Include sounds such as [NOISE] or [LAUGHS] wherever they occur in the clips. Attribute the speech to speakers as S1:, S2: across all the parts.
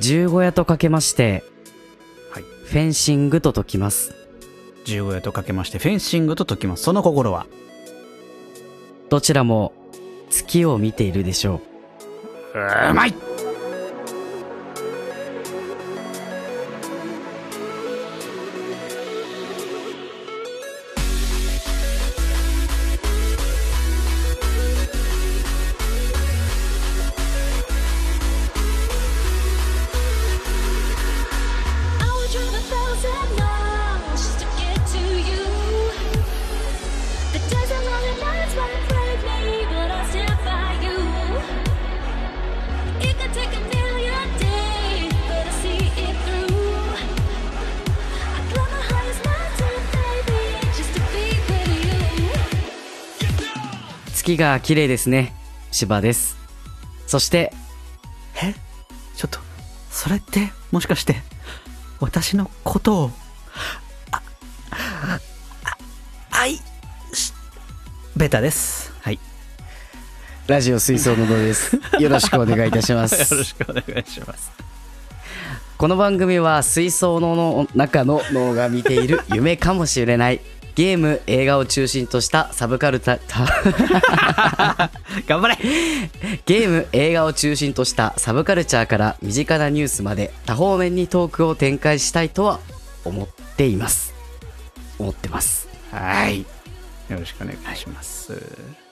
S1: 十五夜とかけまして、
S2: はい
S1: フェンシングと解きます。
S2: 十五夜とかけましてフェンシングと解きますその心は
S1: どちらも月を見ているでしょ
S2: うまい
S1: う。月が綺麗ですね。芝です。そして、
S2: えちょっとそれってもしかして私のことをああ愛しベタです [LAUGHS] はい
S1: ラジオ水槽のど
S2: [LAUGHS]
S1: です。よろしくお願いいたします。
S2: くお願いします
S1: この番組は水槽のの中の脳が見ている夢かもしれない。ゲーム、映画を中心としたサブカルタ、た
S2: 頑張れ
S1: ゲーム、映画を中心としたサブカルチャーから身近なニュースまで多方面にトークを展開したいとは思っています。思ってます。
S2: はいよろしくお願いします、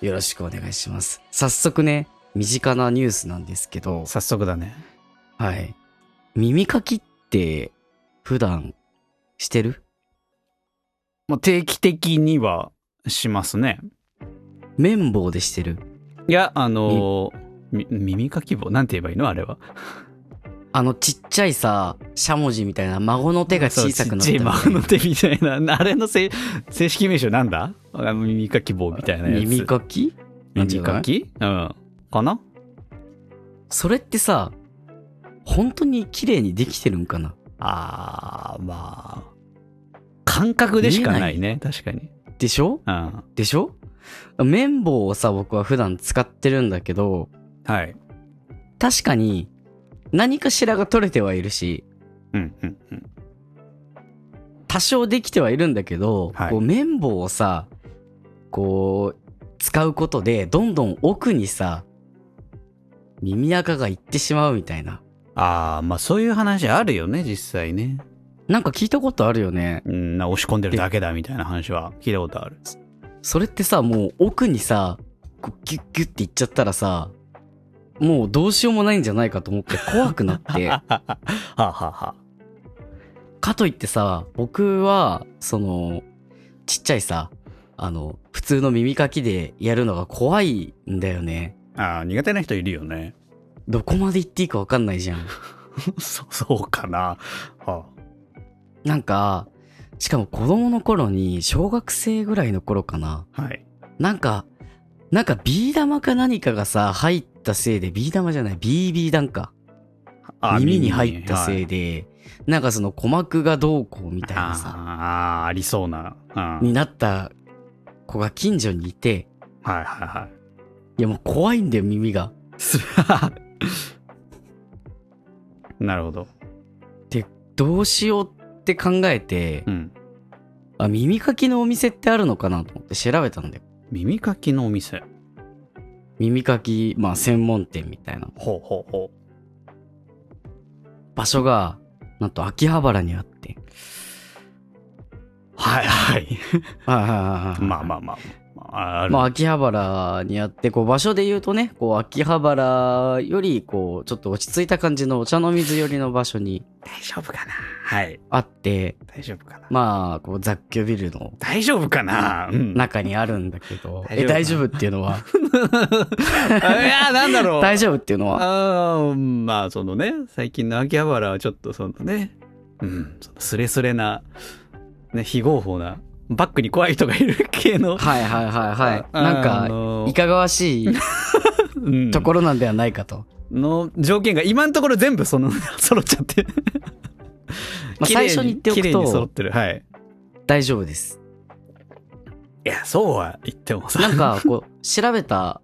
S1: よろしくお願いします。早速ね、身近なニュースなんですけど、
S2: 早速だね
S1: はい。耳かきって普段してる
S2: もう定期的にはしますね
S1: 綿棒でしてる
S2: いやあのーみ耳かき棒なんて言えばいいのあれは
S1: あのちっちゃいさ、しゃもじみたいな孫の手が小さくなった
S2: そうちっちゃい
S1: みたいな
S2: 孫の手みたいなあれのせい正式名称なんだあの耳かき棒みたいなやつ
S1: 耳かきなんじゃ
S2: 耳
S1: ない
S2: かきうんかな
S1: それってさ、本当に綺麗にできてるんかな
S2: あーまあ感覚でしかないね確かに
S1: でしょ
S2: うん
S1: でしょ綿棒をさ、僕は普段使ってるんだけど、
S2: はい
S1: 確かに何かしらが取れてはいるし、
S2: うんうんうん
S1: 多少できてはいるんだけど、
S2: はい
S1: こう綿棒をさ、こう、使うことで、どんどん奥にさ、耳垢がいってしまうみたいな。
S2: ああまあそういう話あるよね実際ね
S1: なんか聞いたことあるよね。
S2: うんな押し込んでるだけだみたいな話は聞いたことあ [LAUGHS] る
S1: それってさ、もう奥にさ、こうギュッギュッっていっちゃったらさ、もうどうしようもないんじゃないかと思って怖くな
S2: [LAUGHS]
S1: って。
S2: ははははは
S1: かといってさ、僕は、その、ちっちゃいさ、あの、普通の耳かきでやるのが怖いんだよね。
S2: ああ苦手な人いるよね
S1: どこまで行っていいかわかんないじゃん。
S2: [LAUGHS] そそうかなは
S1: なんか、しかも子供の頃に、小学生ぐらいの頃かな。
S2: あはい
S1: なんか、なんかビー玉か何かがさ、入ったせいで、ビー玉じゃない、BB 弾か。
S2: あー
S1: 耳に入ったせ
S2: はい
S1: いで、なんかその鼓膜がどうこうみたいなさ、
S2: あーありそうな、うん、はい
S1: になった子が近所にいて、
S2: はいはい
S1: やもう怖いんだよ、耳が。
S2: いなるほど
S1: どうしようって考えて、
S2: うん
S1: あ、耳かきのお店ってあるのかなと思って調べたんだよ。
S2: 耳かきのお店
S1: 耳かき、まあ専門店みたいな
S2: ほうほうほう
S1: 場所が、なんと秋葉原にあって。
S2: はいはい
S1: [LAUGHS] はいはいはいはい。
S2: [LAUGHS] まあまあまあまあある、
S1: まあ秋葉原にあって、こう場所で言うとね、こう秋葉原より、こうちょっと落ち着いた感じのお茶の水寄りの場所に
S2: 大丈夫かなはい
S1: あって、
S2: 大丈夫かな
S1: まあこう雑居ビルの
S2: 大丈夫かなうん
S1: 中にあるんだけど、
S2: 大丈夫
S1: え、大丈夫っていうの
S2: [LAUGHS]
S1: は、
S2: いやなんだろう
S1: 大丈
S2: 丈
S1: 夫っていうのは、
S2: あーまあそのね最近の秋葉原はちょっとそのねうんそのスレスレなね非合法なバックに怖い人がいる系の
S1: はいはいはいはい。
S2: あ
S1: なん
S2: あ
S1: か、
S2: の
S1: いかがわしい
S2: うん
S1: ところなんではないかと。
S2: の条件が今のところ全部その [LAUGHS] 揃っちゃって
S1: まあ、
S2: 綺
S1: 最
S2: 麗
S1: 初に言ってお
S2: 綺
S1: く
S2: 麗に揃っ
S1: と
S2: てるはい
S1: 大丈夫
S2: [LAUGHS]
S1: です。
S2: いやそうは言ってもさ
S1: なんか、こう、調べた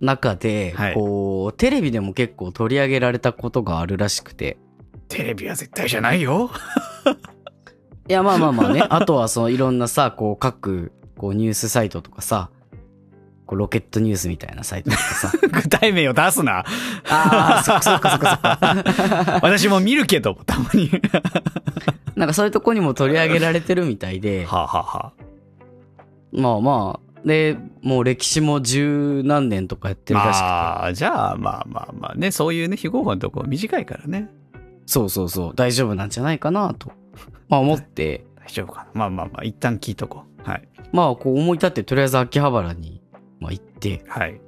S1: 中で、
S2: はい
S1: こう、テレビでも結構取り上げられたことがあるらしくて。
S2: テレビは絶対じゃないよ。 [LAUGHS]
S1: いや、まあまあまあね。あとは、その、いろんなさ、こう、各、こう、ニュースサイトとかさ、こうロケットニュースみたいなサイトとか
S2: [LAUGHS]
S1: さ。
S2: 具体名を出すな。
S1: ああ、そっかそっかそっかそっか。 [LAUGHS]
S2: 私も見るけど、たまに。
S1: なんかそういうとこにも取り上げられてるみたいで、
S2: はあ、はあは
S1: まあまあ、で、もう歴史も十何年とかやって
S2: あ、
S1: るらしくて、
S2: まあ、じゃあ、まあまあまあね、そういうね、非合法のとこ短いからね。
S1: そうそうそう、大丈夫なんじゃないかなと、まあ思って、
S2: 大丈夫かな。まあまあまあ、一旦聞いとこう。はい。
S1: まあこう思い立って、とりあえず秋葉原に、まあ、行って、
S2: はい。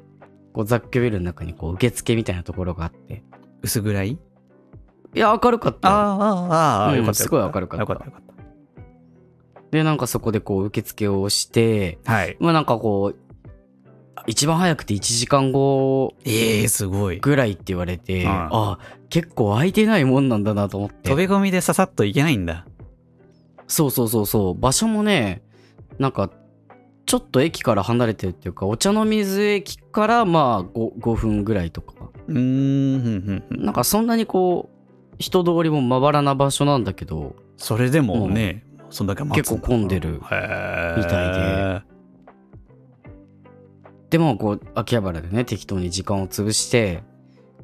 S1: こう雑居ビルの中にこう受付みたいなところがあって、
S2: 薄暗い
S1: いや、明るかっ
S2: あ
S1: たよ。
S2: あ、ああ、
S1: うん
S2: よかった。
S1: すごい明るかった
S2: よかった、よかっ
S1: で、なんかそこでこう受付をして、
S2: た。はい。
S1: まあなんかこう、一番早くて1時間後
S2: ええすごい。
S1: ぐらいって言われて、
S2: うん
S1: あ結構空いてないもんなんだなと思って
S2: 飛び込みでささっといけないんだ。
S1: そうそうそうそう場所もねなんかちょっと駅から離れてるっていうかお茶の水駅からまあ 5, 5分ぐらいとか
S2: うーん、ふんふんふん
S1: なんかそんなにこう人通りもまばらな場所なんだけど
S2: それでもね、そんだけ待つだ
S1: 結構混んでるみ
S2: へ
S1: みた
S2: いで。
S1: でもこう秋葉原でね適当に時間を潰して、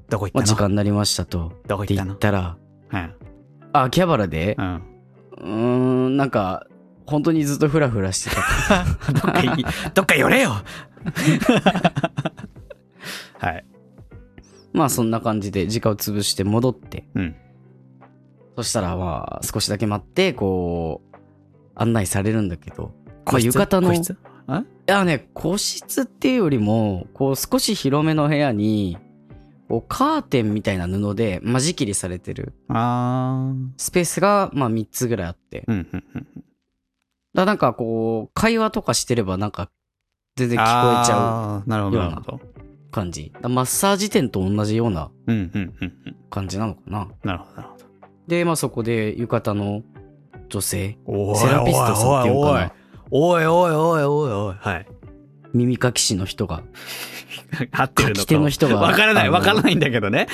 S2: どこ行
S1: まあ、
S2: った
S1: 時
S2: の、
S1: 間になりましたと
S2: どこ
S1: って
S2: 行
S1: 言
S2: ったの
S1: ったら
S2: うん
S1: あ秋葉原で
S2: うん。
S1: うーんなんか本当にずっとフ [LAUGHS] ラフラしてた
S2: どっかい、どっか寄れよはい。
S1: まあそんな感じで時間を潰して戻って、
S2: うん
S1: そしたらまあ少しだけ待って、こう、案内されるんだけど、ま
S2: 個
S1: あ
S2: 室
S1: 浴衣の、
S2: 個
S1: い
S2: 室
S1: やね、個室っていうよりも、こう少し広めの部屋に、こうカーテンみたいな布で間仕切りされてる
S2: あー
S1: スペースがまあ3つぐらいあって、だか
S2: うんうんうん。
S1: らなんかこう、会話とかしてればなんか全然聞こえちゃ
S2: あーなるほど、なるほど。
S1: う感じ。だからマッサージ店と同じような
S2: うんうんうんうん。
S1: 感じなのかな。
S2: なるほど、なるほど。
S1: で、まあそこで浴衣の女性、
S2: お
S1: セラピストさんっていうのかな。
S2: おいおいおいおいおいおい。はい。
S1: 耳かき師の人が。
S2: 合ってるのか
S1: 書き手の人が
S2: わからな
S1: あ
S2: い、
S1: の
S2: わからないんだけど [LAUGHS] ね。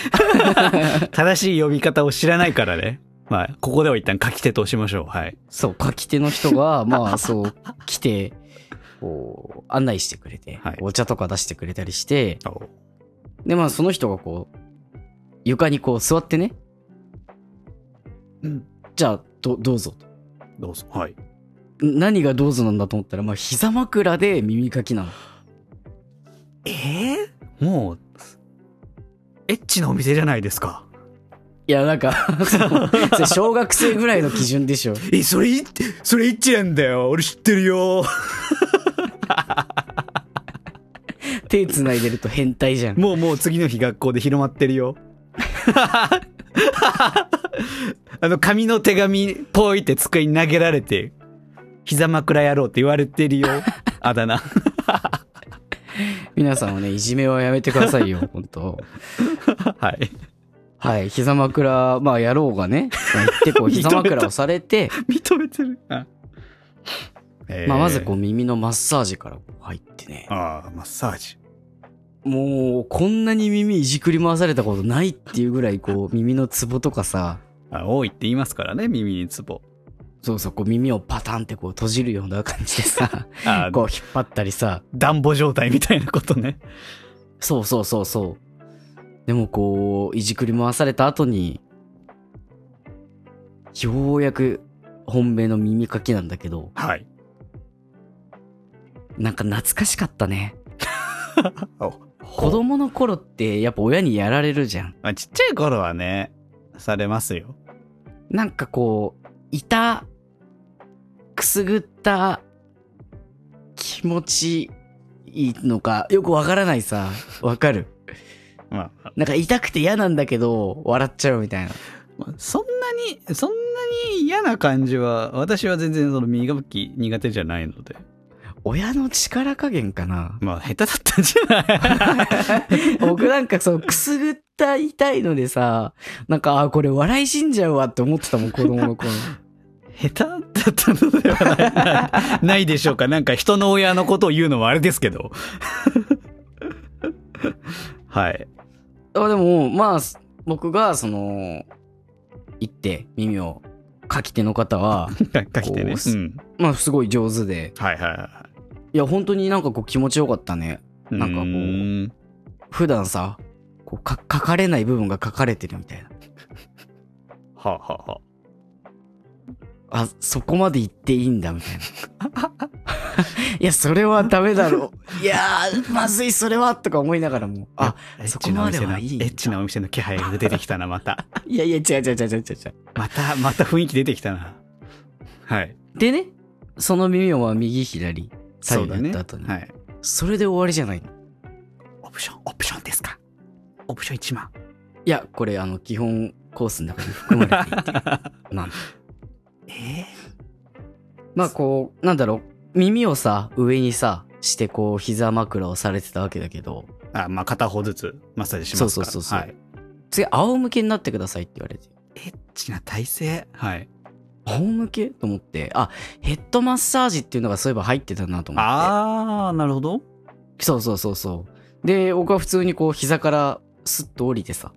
S2: 正しい呼び方を知らないからね。まあ、ここでは一旦書き手としましょう。はい。
S1: そう、書き手の人
S2: [LAUGHS]
S1: が、まあそう、来て、こう、案内してくれて、
S2: はい
S1: お茶とか出してくれたりして、
S2: おう
S1: で、まあその人がこう、床にこう座ってね、
S2: うん。
S1: じゃあ、どどうぞと。
S2: どうぞ。はい。
S1: 何がどうぞなんだと思ったら、まあ膝枕で耳かきなの。
S2: ええもう、エッチなお店じゃないですか。
S1: いや、なんか [LAUGHS] その、それ小学生ぐらいの基準でしょ。
S2: え、それい、それエッチなんだよ。俺知ってるよ。
S1: 手繋いでると変態じゃん。
S2: もうもう次の日学校で広まってるよ。 [LAUGHS] あの、紙の手紙、ぽいって机に投げられて、膝枕野郎って言われてるよ。あだ名。
S1: 皆さんはね、いじめはやめてくださいよ、本当
S2: はい。
S1: はい、膝枕、まあやろうがね、まあ言ってこう、
S2: 認めた
S1: 膝枕をされて、 [LAUGHS]
S2: 認めてる。あえー
S1: まあ、まずこう耳のマッサージからこう入ってね。
S2: ああ、マッサージ。
S1: もう、こんなに耳いじくり回されたことないっていうぐらい、こう、耳のツボとかさ、
S2: あ多いって言いますからね、耳にツボ。
S1: そうそう、こう耳をパタンってこう閉じるような感じでさ、
S2: あ
S1: こう引っ張ったりさ、
S2: 暖房状態みたいなことね。
S1: そうそうそうそう。でもこう、いじくり回された後に、ようやく本命の耳かきなんだけど、
S2: はい。
S1: なんか懐かしかったね。子
S2: 子
S1: 供の頃ってやっぱ親にやられるじゃん。
S2: まあ、ちっちゃい頃はね、されますよ。
S1: なんかこう、いた、くすぐった、気持ちいいのか、よくわからないさ。わかる。
S2: まあ、
S1: なんか痛くて嫌なんだけど、笑っちゃうみたいな。
S2: まあそんなに、そんなに嫌な感じは、私は全然その磨き苦手じゃないので。
S1: 親の力加減かな
S2: まあ、下手だったんじゃない
S1: 僕なんかそう、くすぐった痛いのでさ、なんか、あ、これ笑い死んじゃうわって思ってたもん、子供 [LAUGHS] の頃。
S2: 下手だったのではない [LAUGHS] ないないでしょうか。なんか人の親のことを言うのはあれですけど。はい。
S1: あでも、まあ、す僕が、その、行って、耳を、書き手の方 [LAUGHS] は、
S2: かかきてね。
S1: こう
S2: うん。
S1: まあ、すごい上手で、
S2: はいはいはい
S1: や、本当になんかこう気持ちよかったね。
S2: い。
S1: なんかこう
S2: うーん
S1: 普段さ、こうか書かれない部分が書かれてるみたいな。
S2: はあ、はあは
S1: あ、そこまで行っていいんだ、みたいな。 [LAUGHS] いや、それはダメだろ
S2: [LAUGHS]
S1: う。いやー、まずい、それは、とか思いながらも、あ、
S2: あ、エ
S1: そ
S2: ッ
S1: こ
S2: チなお
S1: まで
S2: 店の、
S1: は
S2: エ
S1: いい
S2: ッチなお店の気配が出てきたな、ま [LAUGHS] た。
S1: いやいや、違う違う違う違う違う違う。
S2: また、また雰囲気出てきたな。はい。
S1: でね、その耳をは右左、左
S2: そう
S1: 右
S2: だ
S1: やっ
S2: ね。
S1: た後に、
S2: はい。
S1: それで終わりじゃないの。
S2: オプション、オプションですかオプション1万。 [LAUGHS]
S1: いや、これ、あの、基本コースの中に含まれていて。
S2: [LAUGHS]
S1: なんで
S2: え
S1: まあ、こう、なんだろう、耳をさ、上にさ、して、こう、膝枕をされてたわけだけど、
S2: ー、あ、まあ、片方ずつマッサージしますから。
S1: そうそうそうそう
S2: はい。
S1: 次、仰向けになってくださいって言われて。
S2: エッチな体勢はい。
S1: 仰向けと思って、あ、ヘッドマッサージっていうのがそういえば入ってたなと思っ
S2: あー、なるほど。
S1: て。そうそうそうそう。で、僕は普通にこう、膝からスッと降りてさ、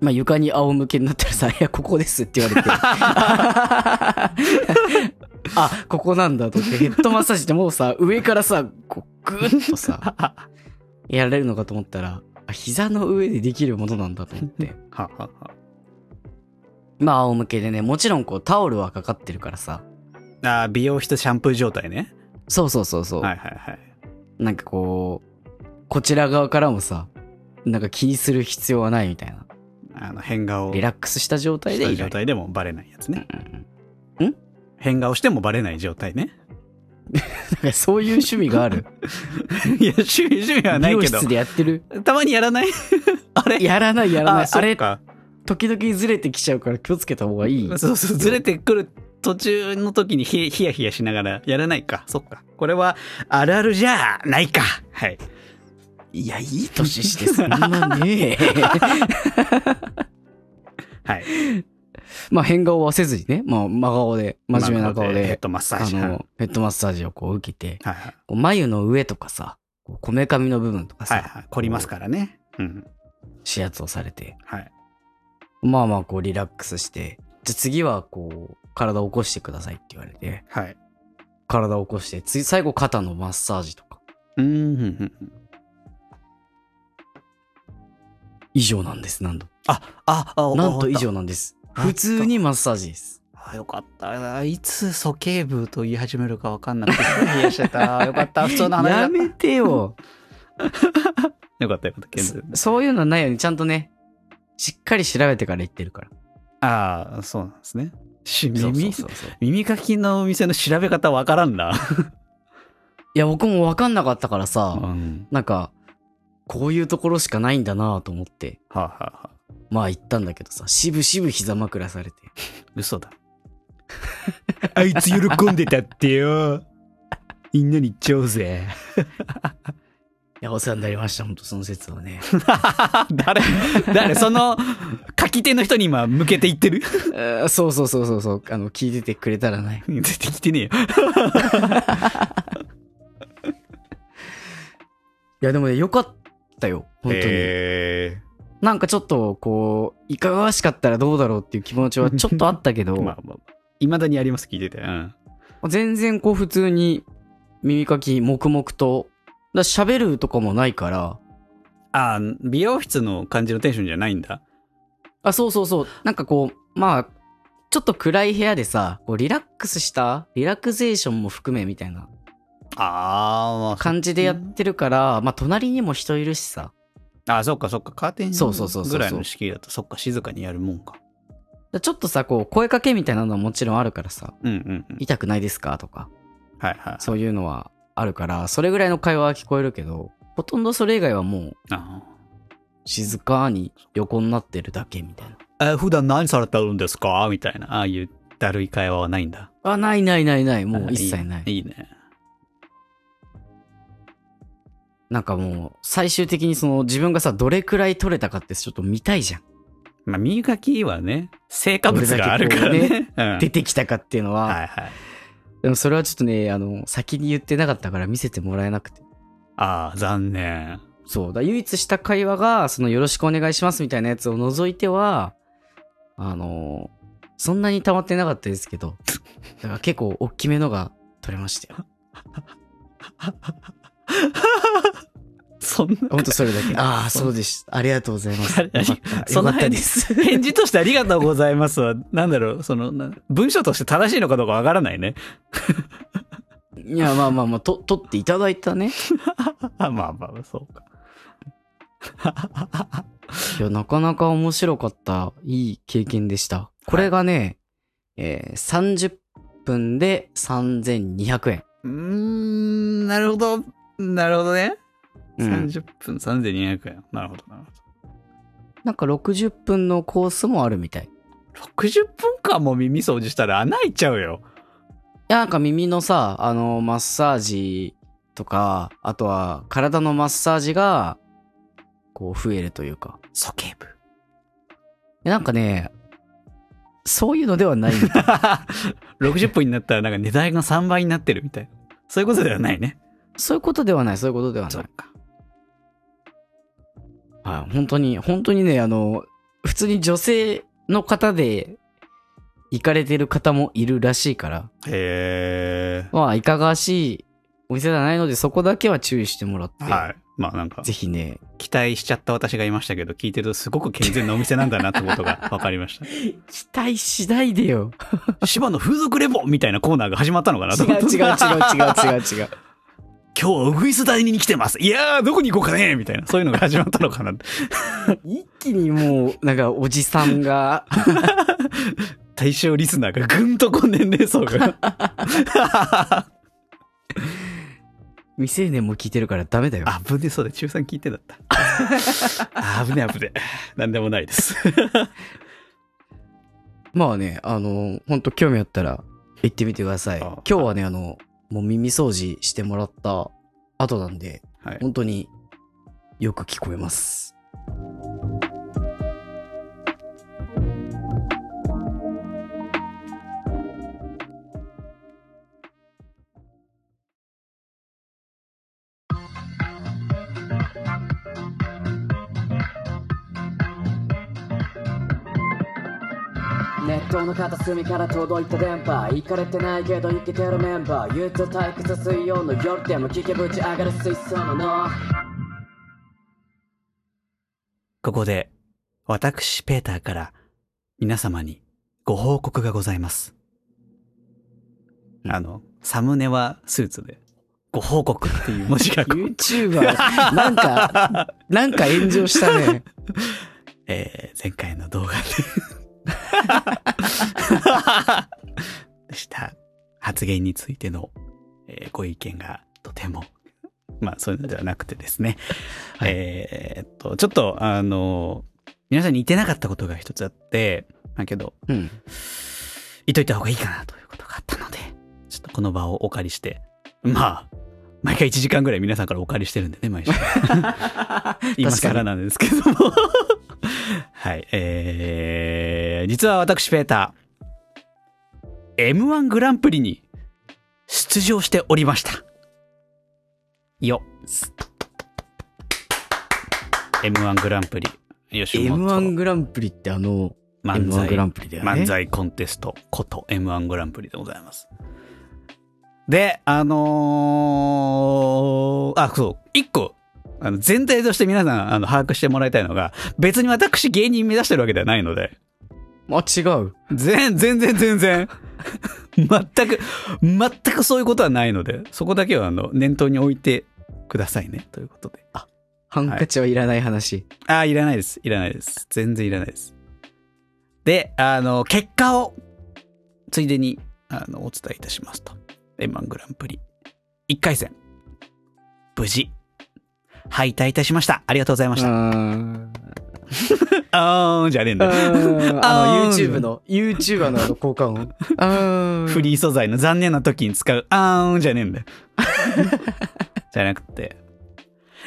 S1: まあ、床に仰向けになったらさ、 [LAUGHS] いや、ここですって言われて。
S2: [LAUGHS]
S1: あ、ここなんだと思って、ヘッドマッサージってもうさ、上からさ、こう、ぐーっとさ、
S2: は
S1: やられるのかと思ったら、あ膝の上でできるものなんだと思っ
S2: [LAUGHS]
S1: て。
S2: はは
S1: まあ、仰向けでね、もちろんこう、タオルはかかってるからさ、
S2: あー、美容室シャンプー状態ね。
S1: そうそうそうそう。
S2: はいはいはい。
S1: なんかこう、こちら側からもさ、なんか気にする必要はないみたいな。
S2: あの、変顔を
S1: リ
S2: し
S1: ラックスした状態で
S2: た
S1: いられ
S2: 状
S1: る。
S2: 態でもバレないやつね。
S1: うんうん
S2: 変顔してもバレない状態ね。 [LAUGHS]
S1: なんかそういう趣味がある。
S2: いや、趣味、趣味は
S1: 美
S2: [LAUGHS] ない
S1: 容
S2: けど
S1: 室。でやって
S2: [LAUGHS]
S1: る
S2: たまにやらないあれ
S1: やらないやらない。あ
S2: そっ
S1: れ、
S2: か
S1: 時々ずれてきちゃうから気をつけた方がいい。
S2: そうそう、ずれてくる途中の時にひひやひやしながらやらないか。そっか。これは、あるあるじゃないか。はい。
S1: いや、いい年
S2: [LAUGHS]
S1: してそんなね。
S2: はい。
S1: [LAUGHS] まあ変顔はせずにね、まあ真顔で、真面目な
S2: まあ
S1: 顔
S2: ヘッ
S1: で、
S2: ドマッサー
S1: あ
S2: ジ。はい
S1: の、ヘッドマッサージをこう受けて、
S2: はいはい。
S1: こう眉の上とかさ、こうこめかみの部分とか
S2: はい
S1: さ、
S2: はい。凝りますからね。うん。
S1: 指圧をされて、
S2: はい。
S1: まあまあこうリラックスして、じゃあ次はこう体を起こしてくださいって言われて、
S2: はい。
S1: 体を起こして、次最後肩のマッサージとか、
S2: うんうん。うんうん
S1: 以上なんです、何度。
S2: あ、あ、あ、
S1: なんと以
S2: 終
S1: 上
S2: わっ
S1: なんです。
S2: た
S1: 普通にマッサージです。
S2: あよかった。いつ鼠径部と言い始めるかわかんなくて、ヒヤヒヤしてた。 [LAUGHS] よかった。普通の話だ
S1: やめて [LAUGHS] よ。
S2: よかったよかった。健全
S1: そそういうのないようにちゃんとね、しっかり調べてから言ってるから。
S2: ああ、そうなんですね。し
S1: そうそう
S2: 耳、
S1: そうそう
S2: 耳かきのお店の調べ方わからんな。
S1: いや、僕もわかんなかったからさ、
S2: うん。
S1: なんか、こういうところしかないんだなと思って、
S2: はあ、はあはあ、
S1: まあ行ったんだけどさ、しぶしぶ膝枕されて。
S2: 嘘だ。 [LAUGHS] あいつ喜んでたって [LAUGHS] よ。みんなに言っちゃおうぜ。
S1: いや、お世話になりました、本当その説はね。
S2: 誰誰その、書き手の人に今向けて言ってる
S1: えーそうそうそうそうそう、あの、聞いててくれたら
S2: [LAUGHS]
S1: ない。
S2: 出てきてねえよ。
S1: いや、でもね、よかったよ、本当に。
S2: え
S1: なんかちょっと、こう、いかがわしかったらどうだろうっていう気持ち
S2: [LAUGHS]
S1: はちょっとあったけど、
S2: まあまあ、いまだにあります、聞いてて。うん。
S1: 全然こう、普通に耳かき、黙々と、だ喋るとかもないから、
S2: ああ、美容室の感じのテンションじゃないんだ。
S1: あ、そうそうそう。なんかこう、まあ、ちょっと暗い部屋でさ、こうリラックスしたリラクゼーションも含めみたいな
S2: ああ、まあそ
S1: 感じでやってるから、まあ隣にも人いるしさ。
S2: あ、そっかそっか、カーテン
S1: そうそうそうそう
S2: ぐらいの敷居だと、そっか、静かにやるもんか。
S1: ちょっとさ、こう声かけみたいなのはもちろんあるからさ、
S2: うんうんうん。
S1: 痛くないですかとか、
S2: はいはい。
S1: そういうのはあるから、それぐらいの会話は聞こえるけど、ほとんどそれ以外はもう
S2: あ
S1: 静かに横になってるだけみたいな。
S2: え、普段何されてるんですかみたいな、ああいうだるい会話はないんだ。
S1: あ、ないないないない、もう一切ない。
S2: いいね。
S1: なんかもう、最終的にその自分がさ、どれくらい取れたかってちょっと見たいじゃん。
S2: まあ、耳かきはね、成果物があるからね。
S1: どれ
S2: うん
S1: 出てきたかっていうのは、
S2: はいはい。
S1: でもそれはちょっとね、あの、先に言ってなかったから見せてもらえなくて。
S2: ああ、残念。
S1: そう。だから唯一した会話が、そのよろしくお願いしますみたいなやつを除いては、あのーそんなに溜まってなかったですけど、 [LAUGHS] だから結構大きめのが取れました [LAUGHS] よ。
S2: そん
S1: ほんとそれだけ。ああ、そうでした。ありがとうございます。よか
S2: な、
S1: った
S2: そ
S1: よか
S2: の
S1: った
S2: 辺
S1: で。
S2: です [LAUGHS] 返事としてありがとうございますは、なんだろう、その、な文章として正しいのかどうかわからないね。
S1: [LAUGHS]
S2: [LAUGHS]
S1: いや、まあまあまあ、と、取っていただいたね。
S2: まあまあ、そうか。
S1: いや、なかなか面白かった。いい経験でした。これがね、えー30分で3200円。
S2: うーん、なるほど。なるほどね。
S1: うん、
S2: 30分3200円。なるほど、なるほ
S1: なんか60分のコースもあるみたい。い
S2: ど。60分間も耳掃除したら穴開いちゃうよ。
S1: や、なんか耳のさ、あの、マッサージとか、あとは体のマッサージが、こう、増えるというか。
S2: 鼠径 [LAUGHS] 部。
S1: いやなんかね、そういうのではない [LAUGHS] みたい
S2: 60分になったらなんか値段が3倍になってるみたいな。そういうことではないね。
S1: そういうことではない、そういうことではない。
S2: か。
S1: はい、本当に、本当にね、あの、普通に女性の方で行かれてる方もいるらしいから、
S2: へ
S1: まあ、いかがわしいお店ではないので、そこだけは注意してもらって、
S2: え。はい。まあなんか
S1: ぜ、ひね、
S2: 期待しちゃった私がいましたけど、聞いてるとすごく健全なお店なんだなってことが分かりまし
S1: 期待次第でよ。
S2: た。芝の風俗レポみたいなコーナーが始まったのかな
S1: 違
S2: と
S1: う違
S2: 思っ
S1: う違う違う
S2: た
S1: 違う違う。
S2: 今日はウグイス第二に来てます。いやー、どこに行こうかねみたいな。そういうのが始まったのかな。
S1: 一気にもう、なんか、おじさん [LAUGHS] が、
S2: 対象リスナーがぐんとこう年齢層
S1: [LAUGHS]
S2: が。
S1: 未成年も聞いてるからダメだよ。
S2: あぶねそうだ。中3聞いてんだった。あぶねあぶね。なんでもないです。
S1: まあね、あの、本当興味あったら行ってみてください。
S2: あ
S1: 今日はね、あの、もう耳掃除してもらった後なんで、
S2: はい
S1: 本当によく聞こえます。
S3: ネットの片隅から届いた電波行かれてないけど生きてるメンバー憂鬱退屈水曜の夜でも聞けぶち上がる水槽のの
S2: ここで、私、ペーターから、皆様にご報告がございます。あの、サムネはスーツで、ご報告っていう文字がこう
S1: YouTuber、なん [LAUGHS] か、なんか炎上した [LAUGHS] ね。
S2: えー前回の動画でした発言についての、えーご意見がとても、まあそういうのではなくてですね、えーっと、ちょっとあの、皆さんに言ってなかったことが一つあって、だけど、
S1: うん。
S2: 言っといた方がいいかなということがあったので、ちょっとこの場をお借りして、まあ、毎回1時間ぐらい皆さんからお借りしてるんでね、毎週。今更なんですけども。 [LAUGHS] はい、えー、実は私、ペーター、M1 グランプリに出場しておりました。よ。M1 グランプリ。吉本
S1: M1 グランプリってあの、
S2: 漫
S1: M1
S2: 才
S1: グランプリだよね。
S2: 漫。才コンテストこと M1 グランプリでございます。で、あのーあ、そう、一個、あの全体として皆さんあの把握してもらいたいのが、別に私芸人目指してるわけではないので、
S1: あ、違う。
S2: 全全然全然、全く、全くそういうことはないので、そこだけはあの念頭に置いてくださいね、ということで。あ、
S1: ハンカチはいらない話。
S2: あーいらないです。いらないです。全然いらないです。で、あの、結果を、ついでに、あの、お伝えいたしますと。M1 グランプリ。1回戦。無事。敗退いたしました。ありがとうございました。
S1: うーん
S2: あーんじゃねえん
S1: う
S2: だ。
S1: ーんあ
S2: あ
S1: の、
S2: ー
S1: YouTube の、YouTuber のあの効果音。うーん
S2: フリー素材の残念な時に使う、あーんじゃねえんだよ。 [LAUGHS] じゃなくて。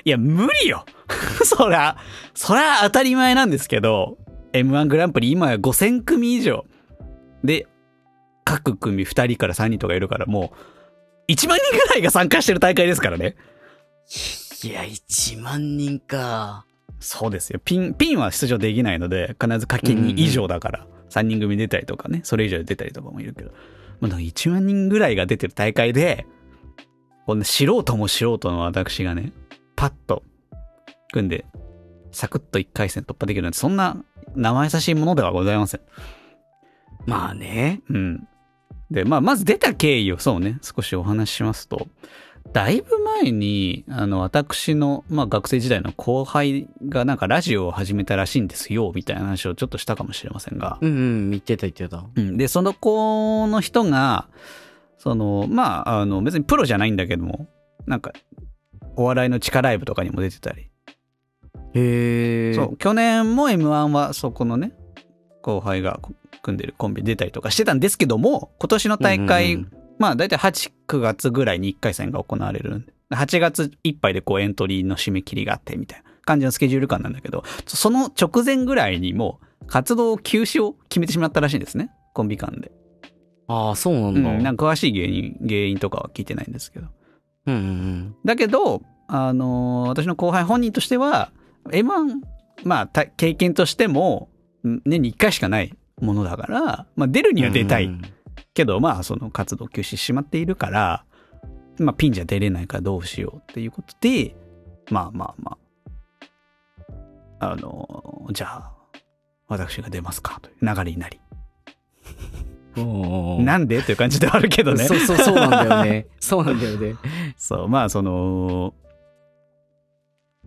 S2: いや、無理よ [LAUGHS] そら、そら当たり前なんですけど、M1 グランプリ今や5000組以上。で、各組2人から3人とかいるからもう、1万人ぐらいが参加してる大会ですからね。
S1: いや、1万人か。
S2: そうですよ。ピン、ピンは出場できないので、必ず課金2以上だから、3人組出たりとかね、それ以上出たりとかもいるけど、まあ、だから1万人ぐらいが出てる大会で、こんな素人も素人の私がね、パッと組んで、サクッと1回戦突破できるなんて、そんな生優しいものではございません。
S1: まあね。
S2: うん。で、まあ、まず出た経緯を、そうね、少しお話ししますと、だいぶ前に、あの、私の、まあ、学生時代の後輩が、なんか、ラジオを始めたらしいんですよ、みたいな話をちょっとしたかもしれませんが、
S1: うんうん、言ってた言ってた。
S2: うん、で、その子の人が、その、まあ、あの、別にプロじゃないんだけども、なんか、お笑いの地下ライブとかにも出てたり、
S1: へえ。
S2: そう、去年も M1 はそこのね、後輩がこ組んでるコンビ出たりとかしてたんですけども、今年の大会、
S1: うんうん
S2: まあ大体8、9月ぐらいに1回戦が行われるんで、8月いっぱいでこうエントリーの締め切りがあってみたいな感じのスケジュール感なんだけど、その直前ぐらいにもう活動休止を決めてしまったらしいんですね、コンビ間で。
S1: ああ、そうな
S2: うん
S1: だ。
S2: ん、なんか詳しい原因、原因とかは聞いてないんですけど。
S1: うんうん
S2: だけど、あのー私の後輩本人としては M1 まあた経験としてもん年に1回しかないものだから、まあ、出る
S1: うん。
S2: には出たい、
S1: うん
S2: けどまあその活動休止してしまっているから、まあ、ピンじゃ出れないからどうしようっていうことでまあまあまああのーじゃあ私が出ますかという流れになり、
S1: うん。うん
S2: なんでという感じではあるけどね
S1: そうそう、そうなんだよね。 [LAUGHS] そうなんだよね。
S2: そう、まあその、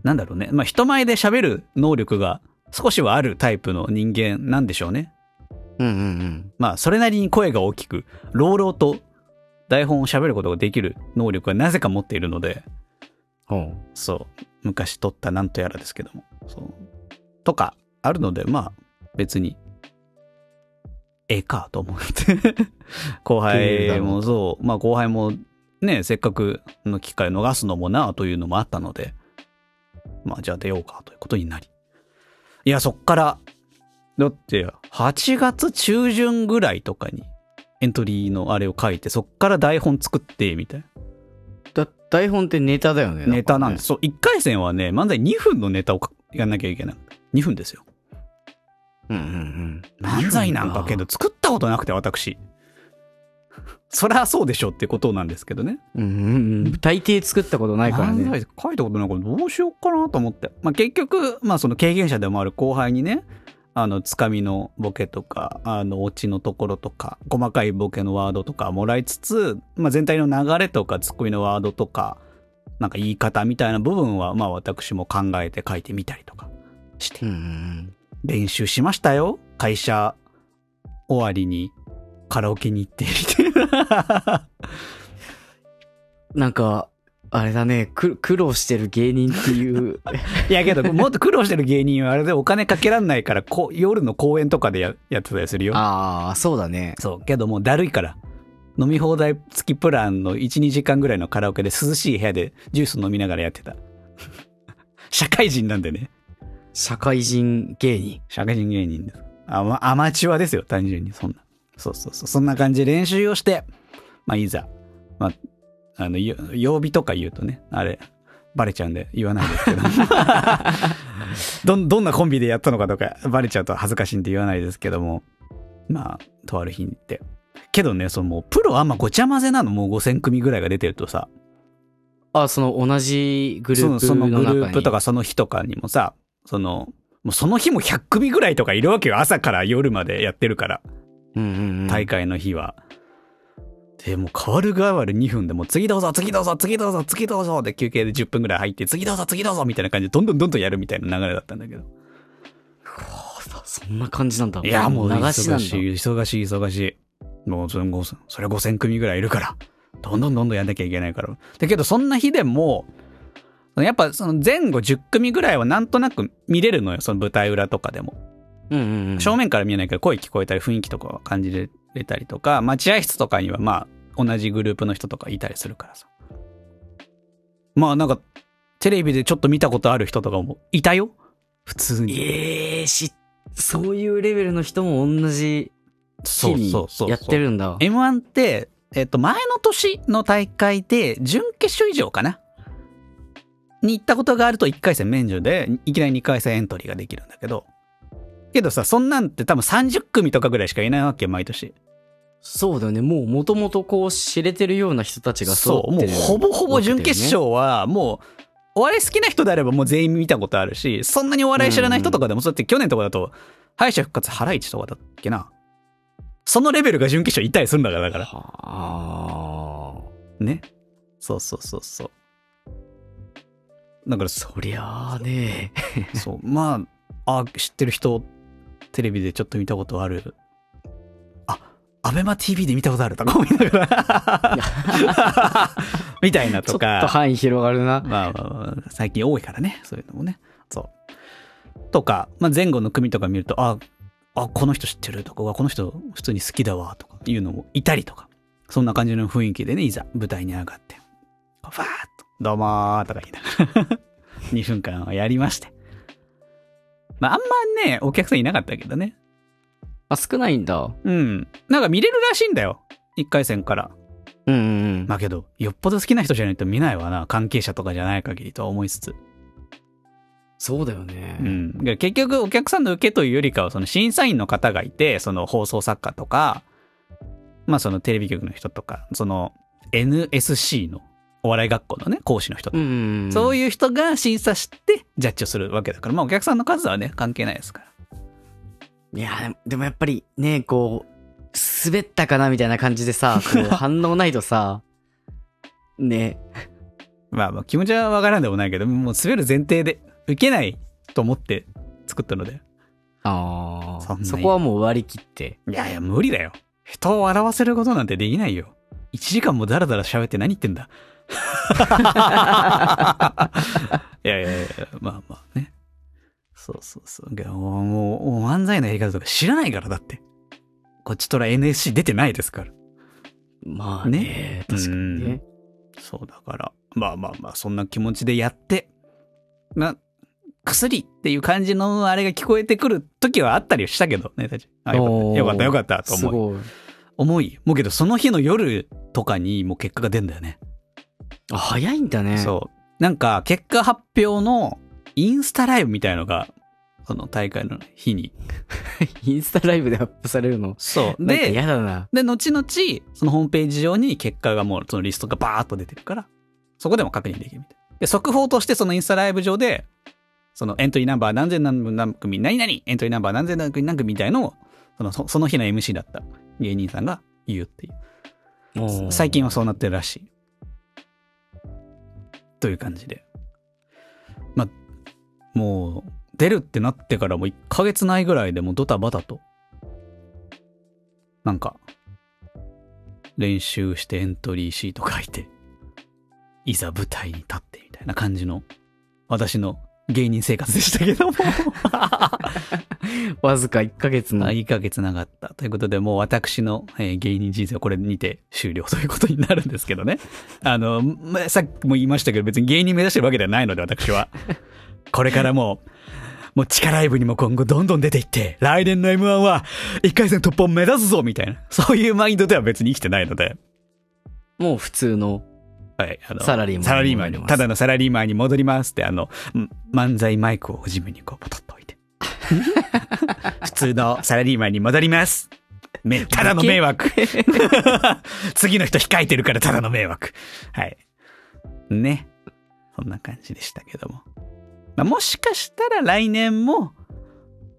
S2: なんだろうね。まあ人前で喋る能力が少しはあるタイプの人間なんでしょうね。
S1: うんうんうん。
S2: まあそれなりに声が大きく、朗々と台本を喋ることができる能力はなぜか持っているので、
S1: ほう。
S2: そう、昔撮ったなんとやらですけども、そう。とか、あるので、まあ別に、ええかと思って。 [LAUGHS] 後輩もそう、まあ後輩もね、せっかくの機会を逃すのもなというのもあったので、まあじゃあ出ようかということになり。いや、そっから、だって8月中旬ぐらいとかにエントリーのあれを書いて、そっから台本作って、みたいな。
S1: だ台本ってネタだよね。。
S2: ネタなんですす。そう、1回戦はね、漫才2分のネタをかやんなきゃいけない。2分ですよ。
S1: うんうんうん。
S2: 漫才なんかけど、作ったことなくて、私。 [LAUGHS] そりゃそうでしょってことなんですけどね。
S1: うんうんうん。大抵作ったことないから
S2: 漫
S1: ね。
S2: 才書いたことないから、どうしようかなと思って。まあ結局、まあその経験者でもある後輩にね、あの、つかみのボケとか、あの、オチのところとか、細かいボケのワードとかもらいつつ、まあ全体の流れとか、ツッコミのワードとか、なんか言い方みたいな部分は、まあ私も考えて書いてみたりとかして
S1: うんう、ん
S2: 練習しましたよ。会社終わりにカラオケに行ってみたいな。
S1: うん。なんか、あれだね、く苦労してる芸人っていう。
S2: いやけど、もっと苦労してる芸人はあれでお金かけらんないから、こう夜の公演とかでややってたりするよ。
S1: [LAUGHS] ああ、そうだね。
S2: そう。けどもうだるいから。飲み放題付きプランの1、2時間ぐらいのカラオケで涼しい部屋でジュース飲みながらやってた。 [LAUGHS] 社会人なんでね。
S1: 社会人芸人。
S2: 社会人芸人です。アマアマチュアですよ、単純に。そんな。そうそうそう。そんな感じで練習をして、まあ、いざ、まあ、あの、よ曜日とか言うとね、あれ、バレちゃうんで言わないですけど。 [LAUGHS] どん、どんなコンビでやったのかとか、バレちゃうと恥ずかしいんで言わないですけども、まあ、とある日に行って。けどね、そのもう、プロはまあごちゃ混ぜなの、もう5000組ぐらいが出てるとさ、
S1: あ、その同じグループ
S2: その
S1: の
S2: そ
S1: 中
S2: の
S1: に。
S2: グループとかその日とかにもさそのもうその日も100組ぐらいとかいるわけよ朝から夜までやってるから
S1: うんうんうん。
S2: 大会の日は、でもう変わる変わる2分でもう次どうぞ次どうぞ次どうぞ次どうぞで休憩で10分ぐらい入って次どうぞ次どうぞみたいな感じでどんどんどんどんやるみたいな流れだったんだけど
S1: そんな感じなんだ。
S2: いやもう
S1: 流
S2: 忙しい
S1: しなんだ。
S2: 忙しい忙しいもうそれもうそれ5000組ぐらいいるからどんどんどんどんやんなきゃいけないからだけどそんな日でもやっぱその前後10組ぐらいはなんとなく見れるのよその舞台裏とかでも
S1: うんうんうん。
S2: 正面から見えないけど声聞こえたり雰囲気とかは感じれたりとか待合室とかにはまあ同じグループの人とかいたりするからさまあなんかテレビでちょっと見たことある人とかもいたよ普通に
S1: ええー、し、そういうレベルの人も同じ日にやってるんだ。
S2: m 1って、えっと、前の年の大会で準決勝以上かなに行ったことがあると1回戦免除で、いきなり2回戦エントリーができるんだけど、けどさ、そんなんって多分30組とかぐらいしかいないわけよ、毎年。
S1: そうだよね。もう、もともとこう、知れてるような人たちが
S2: そう、もうほぼほぼ準決勝は、もう、お笑い好きな人であればもう全員見たことあるし、そんなにお笑い知らない人とかでも、そうやって去年とかだと、敗者復活ハライチとかだっけな。そのレベルが準決勝いたりするんだから、だから。
S1: あ
S2: ね。そうそうそうそう。だからそ、
S1: そりゃあね。
S2: そう。まあ、あ、知ってる人、テレビでちょっと見たことある。あ、アベマ TV で見たことあるとか思いながら。 [LAUGHS] みたいな
S1: ちょっ
S2: と
S1: と
S2: か。
S1: 範囲広がるな。
S2: まあまあまあ、最近多いからね。そういうのもね。そう。とか、まあ、前後の組とか見ると、あ、あ、この人知ってるとか、うわこの人普通に好きだわとかいうのもいたりとか。そんな感じの雰囲気でね、いざ舞台に上がって。ファーッと、どうもーとか言いながら。2分 [LAUGHS] 間はやりまして。まあ、あんまね、お客さんいなかったけどね。
S1: あ、少ないんだ。
S2: うん。なんか見れるらしいんだよ。1回戦から。
S1: うんうんうん。
S2: まあけど、よっぽど好きな人じゃないと見ないわな。関係者とかじゃない限りとは思いつつ。
S1: そうだよね。
S2: うん、だから結局お客さんの受けというよりかはその審査員の方がいてその放送作家とか、まあ、そのテレビ局の人とかその NSC のお笑い学校のね講師の人と
S1: う
S2: か、
S1: んうんうん。
S2: そう
S1: い
S2: いう人が審査してジャッジをするわけだから、まあ、お客さんの数はね関係ないですから。
S1: う。いや、でもでもやっぱりね、こう、滑ったかなみたいな感じでさ、 [LAUGHS] こう反応ないとさ、ね。
S2: まあ、まあ気持ちはわからんでもないけどもう滑る前提で受けないと思って作ったので
S1: あ
S2: そんな
S1: あ。
S2: に
S1: そこはもう割り切って。
S2: いやいや無理だよ人を笑わせることなんてできないよ1時間もダラダラ喋って何言ってんだ
S1: [LAUGHS]
S2: いやいやいや、まあまあね。そうそうそう。けどもう、もうもう漫才のやり方とか知らないから、だって。こっちとら NSC 出てないですから。
S1: まあね。確かにね。
S2: そうだから。まあまあまあ、そんな気持ちでやって、な、薬っていう感じのあれが聞こえてくる時はあったりしたけどね、たち。あ
S1: おー
S2: よかったよかったよかったと
S1: す
S2: 思う。
S1: ごい。
S2: 思い。もうけど、その日の夜とかにもう結果が出るんだよね。
S1: あ、早いんだね。う。
S2: そう。なんか、結果発表のインスタライブみたいのが、その大会の日に。
S1: [LAUGHS] インスタライブでアップされるの。
S2: そう。
S1: なんか
S2: で、
S1: 嫌だな。
S2: で、後々、そのホームページ上に結果がもう、そのリストがバーっと出てるから、そこでも確認できるみたい。で、速報としてそのインスタライブ上で、そのエントリーナンバー何千何組何組何々、エントリーナンバー何千何組何組みたいのを、その、そその日の MC だった芸人さんが言うっていう。
S1: もう
S2: 最近はそうなってるらしい。という感じで。まあ、もう、出るってなってからも1ヶ月ないぐらいでもうドタバタと、なんか、練習してエントリーシート書いて、いざ舞台に立ってみたいな感じの、私の芸人生活でしたけども。
S1: わずか1ヶ月の
S2: あいいヶ月なかった。ということで、もう私の、えー芸人人生はこれにて終了ということになるんですけどね。あの、まさっきも言いましたけど、別に芸人目指してるわけではないので、私は。これからも、もう地下ライブにも今後どんどん出ていって、来年の M1 は1回戦突破を目指すぞみたいな、そういうマインドでは別に生きてないので、
S1: もう普通の。
S2: はい、あの、
S1: サラリーマンに
S2: サラリーマンに
S1: 戻ります
S2: ただのサラリーマンに戻りますって、あの、ん漫才マイクをジムにこう、ポトッと置
S1: [LAUGHS]
S2: いて。普通のサラリーマンに戻ります。め、ただの迷惑。 [LAUGHS] 次の人控えてるからただの迷惑。はい。ね。そんな感じでしたけども。まあもしかしたら来年も、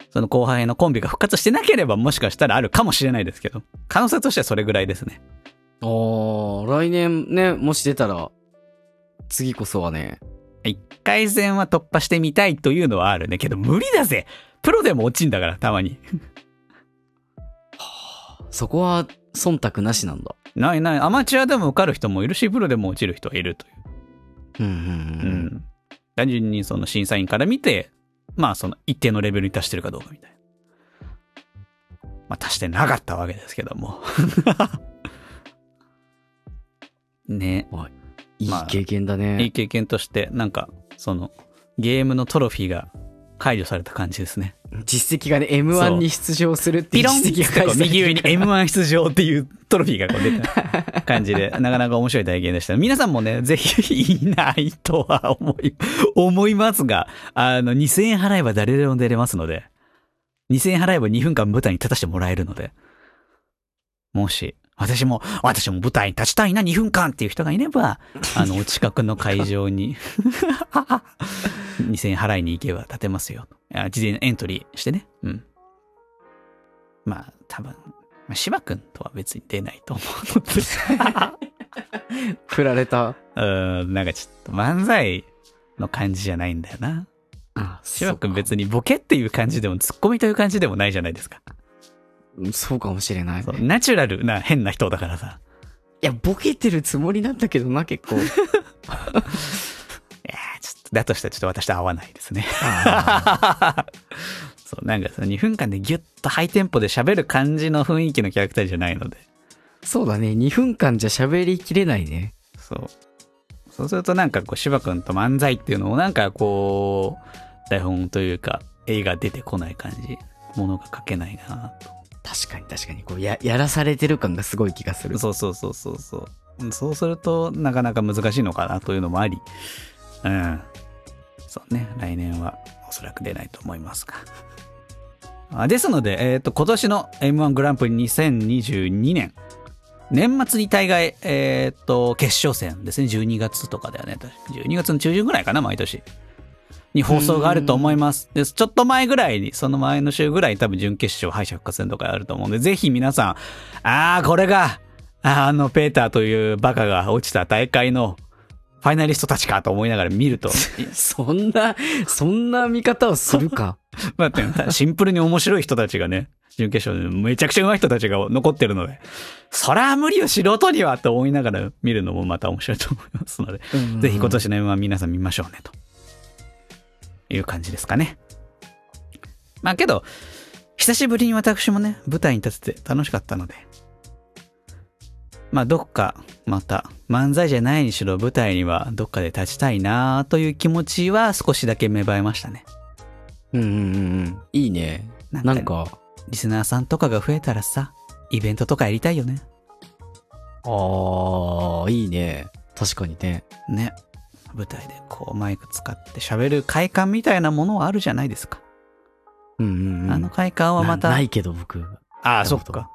S2: その後輩のコンビが復活してなければもしかしたらあるかもしれないですけど、可能性としてはそれぐらいですね。
S1: ああ、来年ね、もし出たら、次こそはね。
S2: 一回戦は突破してみたいというのはあるね。けど無理だぜ。プロでも落ちんだから、たまに。
S1: そこは、忖度なしなんだ。
S2: ないない。アマチュアでも受かる人もいるし、プロでも落ちる人はいると
S1: う
S2: い
S1: んう
S2: う。うんん。単純にその審査員から見て、まあその一定のレベルに達してるかどうかみたいな。まあ達してなかったわけですけども。 [LAUGHS] ね。
S1: うん。いい
S2: まあ
S1: 経験だね。
S2: いい経験として、なんか、その、ゲームのトロフィーが解除された感じですね。
S1: 実績がね、M1 に出場するってい
S2: ピ
S1: う
S2: ロンっ
S1: 実績が
S2: て
S1: 返
S2: こ
S1: さ
S2: う
S1: れて
S2: 右上
S1: る
S2: に
S1: から
S2: [LAUGHS] M1 出場っていうトロフィーがこう出た感じ [LAUGHS] で、なかなか面白い体験でした。皆さんもね、ぜひいないとは思い、 [LAUGHS] 思いますが、あの、2000円払えば誰でも出れますので、2000円払えば2分間舞台に立たせてもらえるので、もし、私も、私も舞台に立ちたいな、2分間っていう人がいれ [LAUGHS] ば、あの、お近くの会場 [LAUGHS] に、2000円払いに行けば立てますよ。あ事前にエントリーしてね。うん。まあ、多分、まあ、芝くんとは別に出ないと思うので。 [LAUGHS]
S1: 振られた。
S2: うーん、なんかちょっと漫才の感じじゃないんだよな。芝くん別にボケっていう感じでもツッコミという感じでもないじゃないですか。
S1: うんそうかもしれない。い
S2: そうナチュラルな変な人だからさ。
S1: や、ボケてるつもりなんだけどな、結
S2: [LAUGHS]
S1: 構。
S2: いやーちょっと、だとしたらちょっと私と合わないですね。 [LAUGHS] そう、なんかその2分間でギュッとハイテンポで喋る感じの雰囲気のキャラクターじゃないので。
S1: そうだね、2分間じゃ喋りきれないね。
S2: そう。そうするとなんかこう、芝くんと漫才っていうのをなんかこう、台本というか、映画出てこない感じ、ものが書けないな
S1: 確かに確かに、こう、や、やらされてる感がすごい気がする
S2: と。。そうそうそうそうそう。そうすると、なかなか難しいのかなというのもあり、うん。そうね、来年はおそらく出ないと思いますが。あですので、えっ、と、今年の M1 グランプリ2022年、年末に大概、えっ、と、決勝戦ですね、12月とかだよね、確か12月の中旬ぐらいかな、毎年。に放送があると思います。です。ちょっと前ぐらいに、その前の週ぐらいに多分準決勝敗者復活戦とかあると思うんで、ぜひ皆さん、あー、これが、あの、ペーターというバカが落ちた大会のファイナリストたちかと思いながら見ると、
S1: そんな、そんな見方をする
S2: [LAUGHS]
S1: か。
S2: まあ、でもシンプルに面白い人たちがね、準決勝でめちゃくちゃ上手い人たちが残ってるので、そら無理を素人にはと思いながら見るのもまた面白いと思いますので、ぜひ今年の M は皆さん見ましょうね、という感じですかね。まあけど、久しぶりに私もね、舞台に立てて楽しかったので、まあどっかまた漫才じゃないにしろ舞台にはどっかで立ちたいなという気持ちは少しだけ芽生えましたね。
S1: うんうんうんうん。いいね。
S2: なん
S1: な
S2: か
S1: んか、
S2: リスナーさんとかが増えたらさ、イベントとかやりたいよね。
S1: ああ、いいね。確かにね。
S2: ね。舞台でこうマイク使って喋る快感みたいなものはあるじゃないですか。
S1: うんうんうん。
S2: あの快感はまた。
S1: なないけど、僕。
S2: ああ、
S1: そ
S2: そうっか。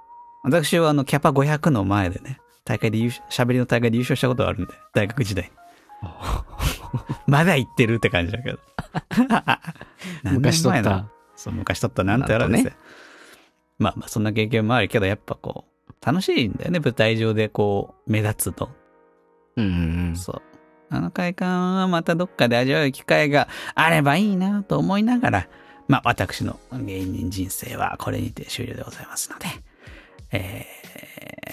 S2: 私はあの、キャパ500の前でね、大会で優勝、喋りの大会で優勝したことがあるんで、大学 [LAUGHS] 時代に。まだ行ってるって感じだけ [LAUGHS] ど。何年前だ
S1: 昔撮った。
S2: そう、昔撮ったなんてやらです
S1: なん
S2: ね。まあまあ、そんな経験もあるけど、やっぱこう、楽しいんだよね、舞台上でこう、目立つと。
S1: うんうんうん。
S2: そう。あの快感はまたどっかで味わう機会があればいいなと思いながら、まあ私の芸人人生はこれにて終了でございますので、え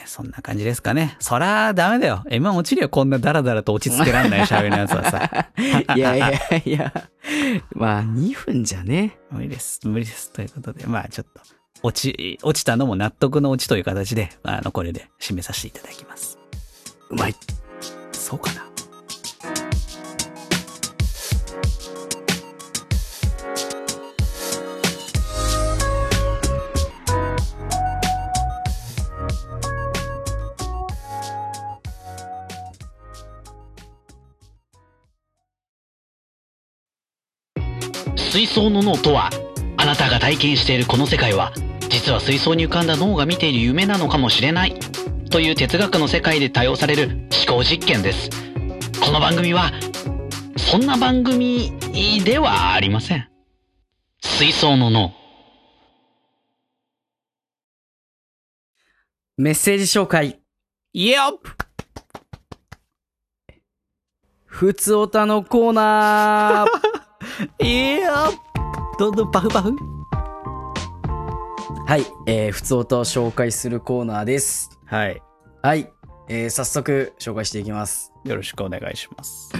S2: ー、そんな感じですかね。そらダメだよ。M1 落ちるよ。こんなダラダラと落ち着けらんない喋りのやつは
S1: [LAUGHS]
S2: さ。
S1: いやいやいや。まあ、2分じゃね。
S2: 無理です。無理です。ということで、まあちょっと、落ち、落ちたのも納得の落ちという形で、あの、これで締めさせていただきます。
S1: うまい。
S2: そうかな。
S4: 水槽の脳とはあなたが体験しているこの世界は実は水槽に浮かんだ脳が見ている夢なのかもしれないという哲学の世界で多用される思考実験ですこの番組はそんな番組ではありません水槽の脳
S1: メッセージ紹介。
S2: イエオッ
S1: ふつおたのコーナー。 [LAUGHS]
S2: イエオッどんどんパフパフ
S1: はい。えー、ふつおたを紹介するコーナーです。
S2: はい。
S1: はい。えー、早速紹介していきます。
S2: よろしくお願いします。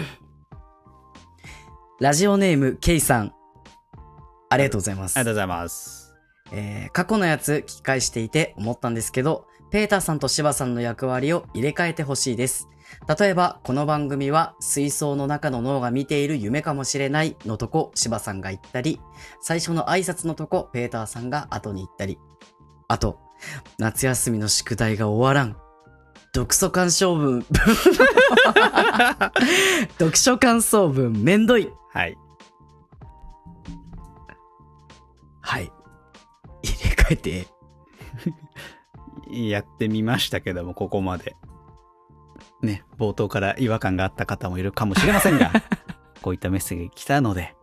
S1: ラジオネーム、ケイさん。ありがとうございます。
S2: ありがとうございます。
S1: えー過去のやつ聞き返していて思ったんですけど、ペーターさんとシバさんの役割を入れ替えてほしいです。例えば、この番組は水槽の中の脳が見ている夢かもしれないのとこ、芝さんが言ったり、最初の挨拶のとこ、ペーターさんが後に言ったり。あと、夏休みの宿題が終わらん。読書感想文。 [LAUGHS] 読書感想文、めんどい。
S2: はい。
S1: はい。入れ替えて。
S2: やってみましたけども、ここまで。ね、冒頭から違和感があった方もいるかもしれません
S1: [LAUGHS]
S2: が、こういったメッセージが来たので、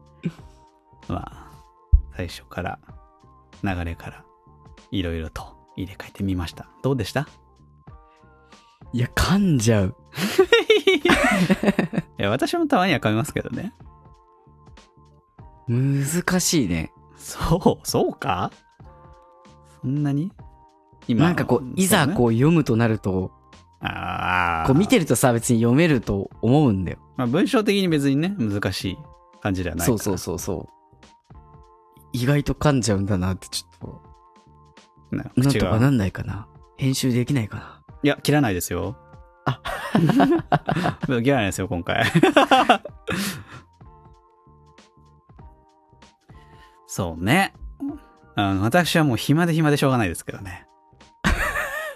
S2: まあ、最初から、流れから、いろいろと入れ替えてみました。どうでした
S1: いや、噛んじゃう。
S2: いや、私もたまには噛みますけどね。
S1: 難しいね。
S2: そう、そうかそんなに今
S1: なんかこう、いざこう読むとなると、
S2: うね、ああ。
S1: こう見てるとさ、別に読めると思うんだよ。
S2: まあ文章的に別にね、難しい感じではないか
S1: そ
S2: ら
S1: うそうそうそう。意外と噛んじゃうんだなって、ちょ
S2: な
S1: っと、なん
S2: 口
S1: と
S2: が
S1: かなんないかな。編集できないかな。
S2: いや、切らないですよ。 [LAUGHS] あ切らないですよ、今回。 [LAUGHS] そうね。あの私はもう暇で暇でしょうがないですけどね。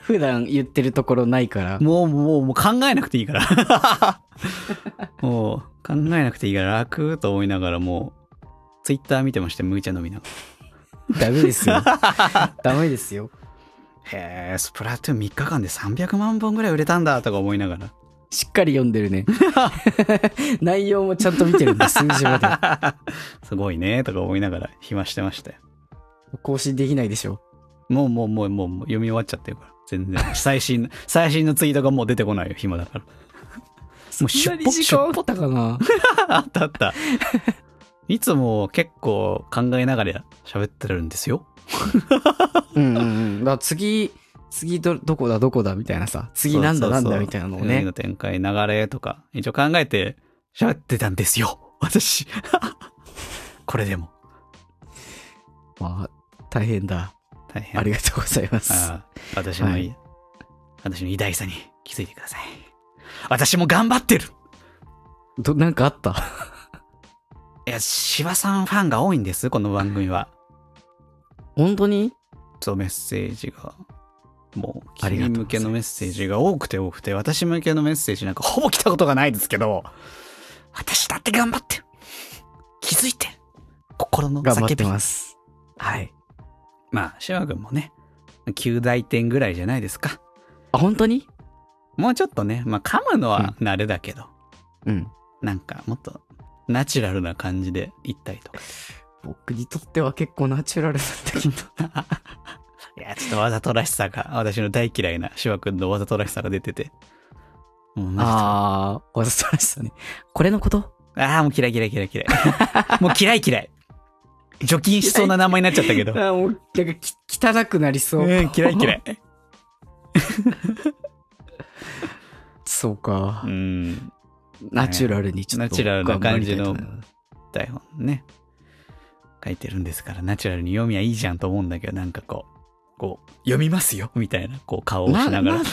S1: 普段言ってるところない
S2: [LAUGHS]
S1: から。
S2: もう、もう、もう考えなくていいから。 [LAUGHS] もう、考えなくていいから楽と思いながらもう、ツイッター見てまして、麦茶飲みながら。
S1: ダメです
S2: [LAUGHS]
S1: よ。ダメですよ。
S2: へえ、スプラトゥーン3日間で300万本ぐらい売れたんだとか思いながら。
S1: しっかり読んで
S2: [LAUGHS]
S1: るね。内容もちゃんと見てるんだ、数字まで。
S2: [LAUGHS] すごいねとか思いながら暇してましたよ。
S1: 更新できないでしょ。
S2: もうもうもうもうもう読み終わっちゃってるから。全然。最新の、 [LAUGHS] 最新のツイートがもう出てこないよ、暇
S1: [LAUGHS]
S2: だから。もう出
S1: 何時間
S2: 版
S1: あったかな
S2: あったあった。いつも結構考えながら喋ってるんですよ。
S1: うんうんうん。だから次、次ど、どこだどこだみたいなさ。次なんだなんだみたいなのを
S2: 次
S1: ね
S2: の。展開、流れとか、一応考えて喋ってたんですよ。 [LAUGHS] 私。これでも。
S1: まあ、大変だ。
S2: 大変。
S1: ありがとうございます。
S2: ああ私の、
S1: はい
S2: い、私の偉大さに気づいてください。私も頑張ってる
S1: ど、なんかあった
S2: いや、芝さんファンが多いんです、この番組は。
S1: 本当に
S2: そう、メッセージが。もう、
S1: ありが
S2: 君
S1: とう
S2: 向けのメッセージが多くて多くて、私向けのメッセージなんかほぼ来たことがないですけど、私だって頑張ってる気づいてる心の
S1: 頑張っ
S2: 叫
S1: て
S2: び。ま
S1: ます。はい。
S2: あ、芝君もね、9大点ぐらいじゃないですか。
S1: あ、本当に
S2: もうちょっとね、まあ噛むのは慣れだけど、
S1: うん。
S2: なんかもっとナチュラルな感じで言ったりとか。
S1: 僕にとっては結構ナチュラルだったけど。
S2: いや、ちょっとわざとらしさが、私の大嫌いな芝君のわざとらしさが出てて。もうマジで
S1: ああ、わざとらしさね。これのこと
S2: ああ、もう嫌い嫌い嫌い [LAUGHS] 嫌い。もう嫌い嫌い。除菌しそうな名前になっちゃったけど。
S1: あもう、なんかき、汚くなりそうう。
S2: ん、嫌い嫌い。
S1: [LAUGHS] そうか
S2: う。ん。
S1: ナチュラルにちょっと
S2: ナチュラルな感じ
S1: 頑
S2: の
S1: 張りたいと思います
S2: 台本ね。書いてるんですから、ナチュラルに読みゃいいじゃんと思うんだけど、なんかこう、こう、読みますよみたいな、こう顔をしながら
S1: ん。 [LAUGHS] だろう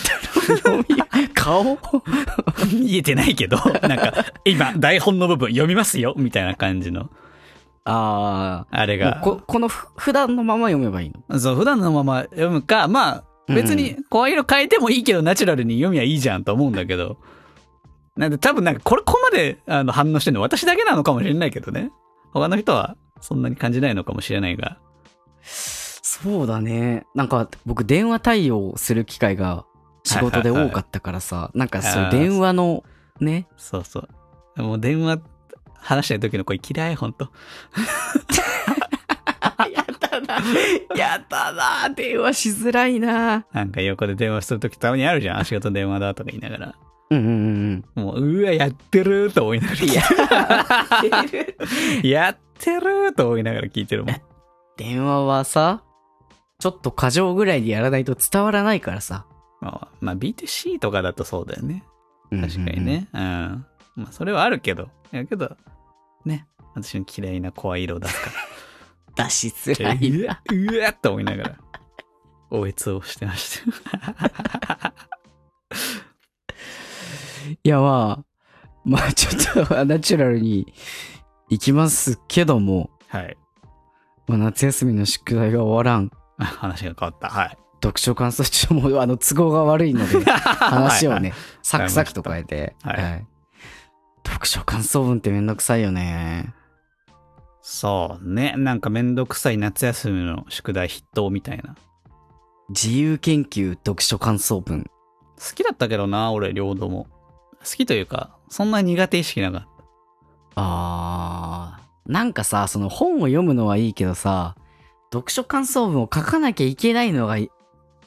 S1: 読み顔
S2: [LAUGHS] 言えてないけど、なんか、今、台本の部分読みますよみたいな感じの、
S1: あ
S2: あれ
S1: あ
S2: が。
S1: ここのふ普段のまま読めばいいの
S2: そう、普段のまま読むか、まあ、別に声色変えてもいいけど、ナチュラルに読みはいいじゃんと思うんだけど。なんで多分なんか、これ、ここまであの反応してるの私だけなのかもしれないけどね。他の人はそんなに感じないのかもしれないが。
S1: そうだねなんか僕電話対応する機会が仕事で多かったからさ、なんかそういう電話のね
S2: そうそう。もう電話、話してる時の声嫌い、ほんと。
S1: [LAUGHS] やだな電話しづらいな
S2: なんか横で電話する時たまにあるじゃん。あ仕事電話だとか言いながら。
S1: うんうんうん
S2: もう、うわ、やってると思いながら聞いてる。 [LAUGHS] やってると思いながら聞いてるもん。
S1: 電話はさちょっと過剰ぐらいでやらないと伝わらないからさ
S2: まあ、まあ、B2C とかだとそうだよね。確
S1: うん
S2: か
S1: う
S2: に
S1: んうん
S2: ね。うんまあ、それはあるけど。やけど、ね。私の嫌いな声色
S1: [LAUGHS]
S2: だか
S1: 出しづ
S2: ら。
S1: らいう
S2: わ、うわっと思いながら、おえつをしてました。
S1: いや、まあ、まあ、ちょっと [LAUGHS] ナチュラルに行きますけども、
S2: [LAUGHS] はい。
S1: まあ、夏休みの宿題が終わらん。
S2: あ話が変わった。はい。
S1: 読書感想中もうあの都合が悪いの [LAUGHS] で話を
S2: はい
S1: ねサクサクと変えて、
S2: はい
S1: 読書感想文ってめんどくさいよね
S2: そうね。なんかめんどくさい夏休みの宿題筆頭みたいな。
S1: 自由研究読書感想文
S2: 好きだったけどな、俺、両方も。好きというか、そんな苦手意識なかっ
S1: あーなんかさその本を読むのはいいけどさ読書感想文を書かなきゃいけないのがい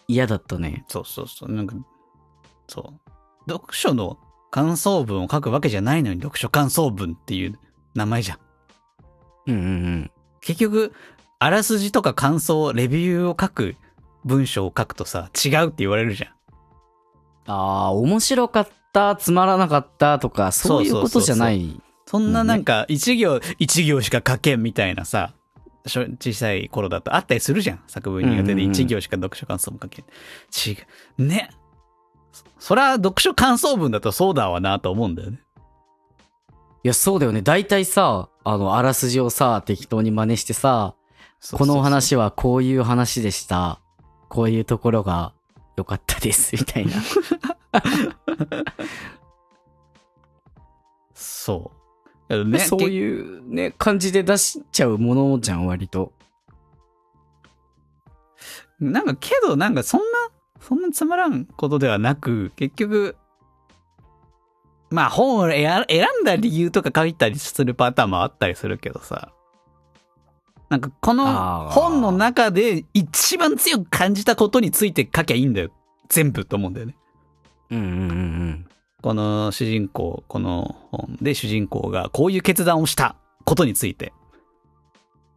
S1: 嫌だったね
S2: た。そうそうそう。なんか、そう。読書の感想文を書くわけじゃないのに、読書感想文っていう名前じゃん。
S1: うんうんうん
S2: 結局、あらすじとか感想、レビューを書く文章を書くとさ、違うって言われるじゃん。
S1: あー面白かったつまらなかったとかそういうことじゃない
S2: そんななんか、一行、一行しか書けんみたいなさ、しょ小さい頃だとあったりするじゃん。作文苦手
S1: うん
S2: で
S1: うんうん
S2: 一行しか読書感想文書けん。違う。ね。そそら、読書感想文だとそうだわなと思うんだよね。
S1: いや、そうだよね。大体さ、あの、あらすじをさ、適当に真似してさ、このお話はこういう話でした。こういうところが良かったです、 [LAUGHS] みたいな。
S2: そう。そう。ね、
S1: [LAUGHS] そういうね、感じで出しちゃうものじゃん、割と。
S2: なんかけど、なんかそんな、そんなつまらんことではなく、結局、まあ本を選選んだ理由とか書いたりするパターンもあったりするけどさ、なんかこ
S1: あ
S2: の
S1: ー
S2: 本の中で一番強く感じたことについて書きゃいいんだよ。全部と思うんだよね。
S1: うんうんうんうん。
S2: この主人公、この本で主人公がこういう決断をしたことについて、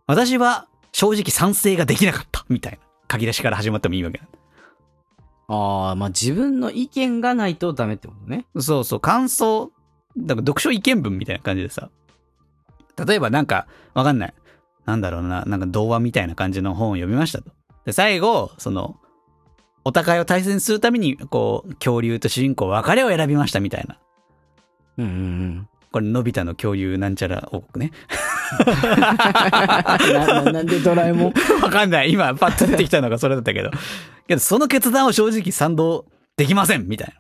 S2: 私は正直賛成ができなかったみたいな書き出しから始まってもいいわけなんだ
S1: ああ、まあ自分の意見がないとダメってことね。
S2: そうそう、感想、なんか読書意見文みたいな感じでさ、例えばなんか、わかんない。なんだろうな、なんか童話みたいな感じの本を読みましたと。で、最後、その、お互いを対戦するために、こう、恐竜と主人公別れを選びましたみたいな。
S1: うんうんうん。
S2: これ、のび太の恐竜なんちゃら王国ね。
S1: なななんでドラえもん
S2: [LAUGHS] わかんない。今、パッと出てきたのがそれだったけど。 [LAUGHS] けど、その決断を正直賛同できませんみたいな。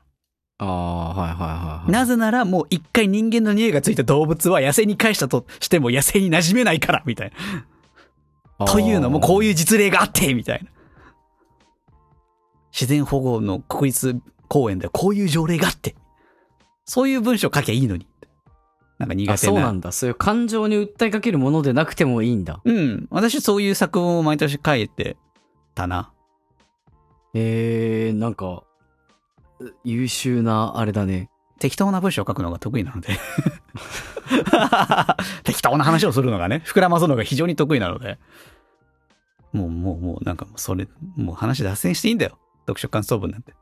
S1: ああ、はいはいはいはい。
S2: なぜならもう一回人間の匂いがついた動物は野生に返したとしても野生に馴染めないから、みたいな。というのもこう
S1: いう。
S2: いう実例があって、みたいな。自然保護の国立公園ではこういう条例があって。そういう文章書きゃいいのに。なんか苦手な。
S1: あ、そうなんだ。そういう感情に訴えかけるものでなくてもいいんだ。
S2: うん。私そういう作文を毎年書いてたな。
S1: えー、なんか、う優秀な、あれだね。
S2: 適当な文章を書くのが得意なので。 [LAUGHS] 適当な話をするのがね、膨らますのが非常に得意なので。もう、もう、もう、なんかもうそれ、もう話脱線していいんだよ。読書感想文なんて。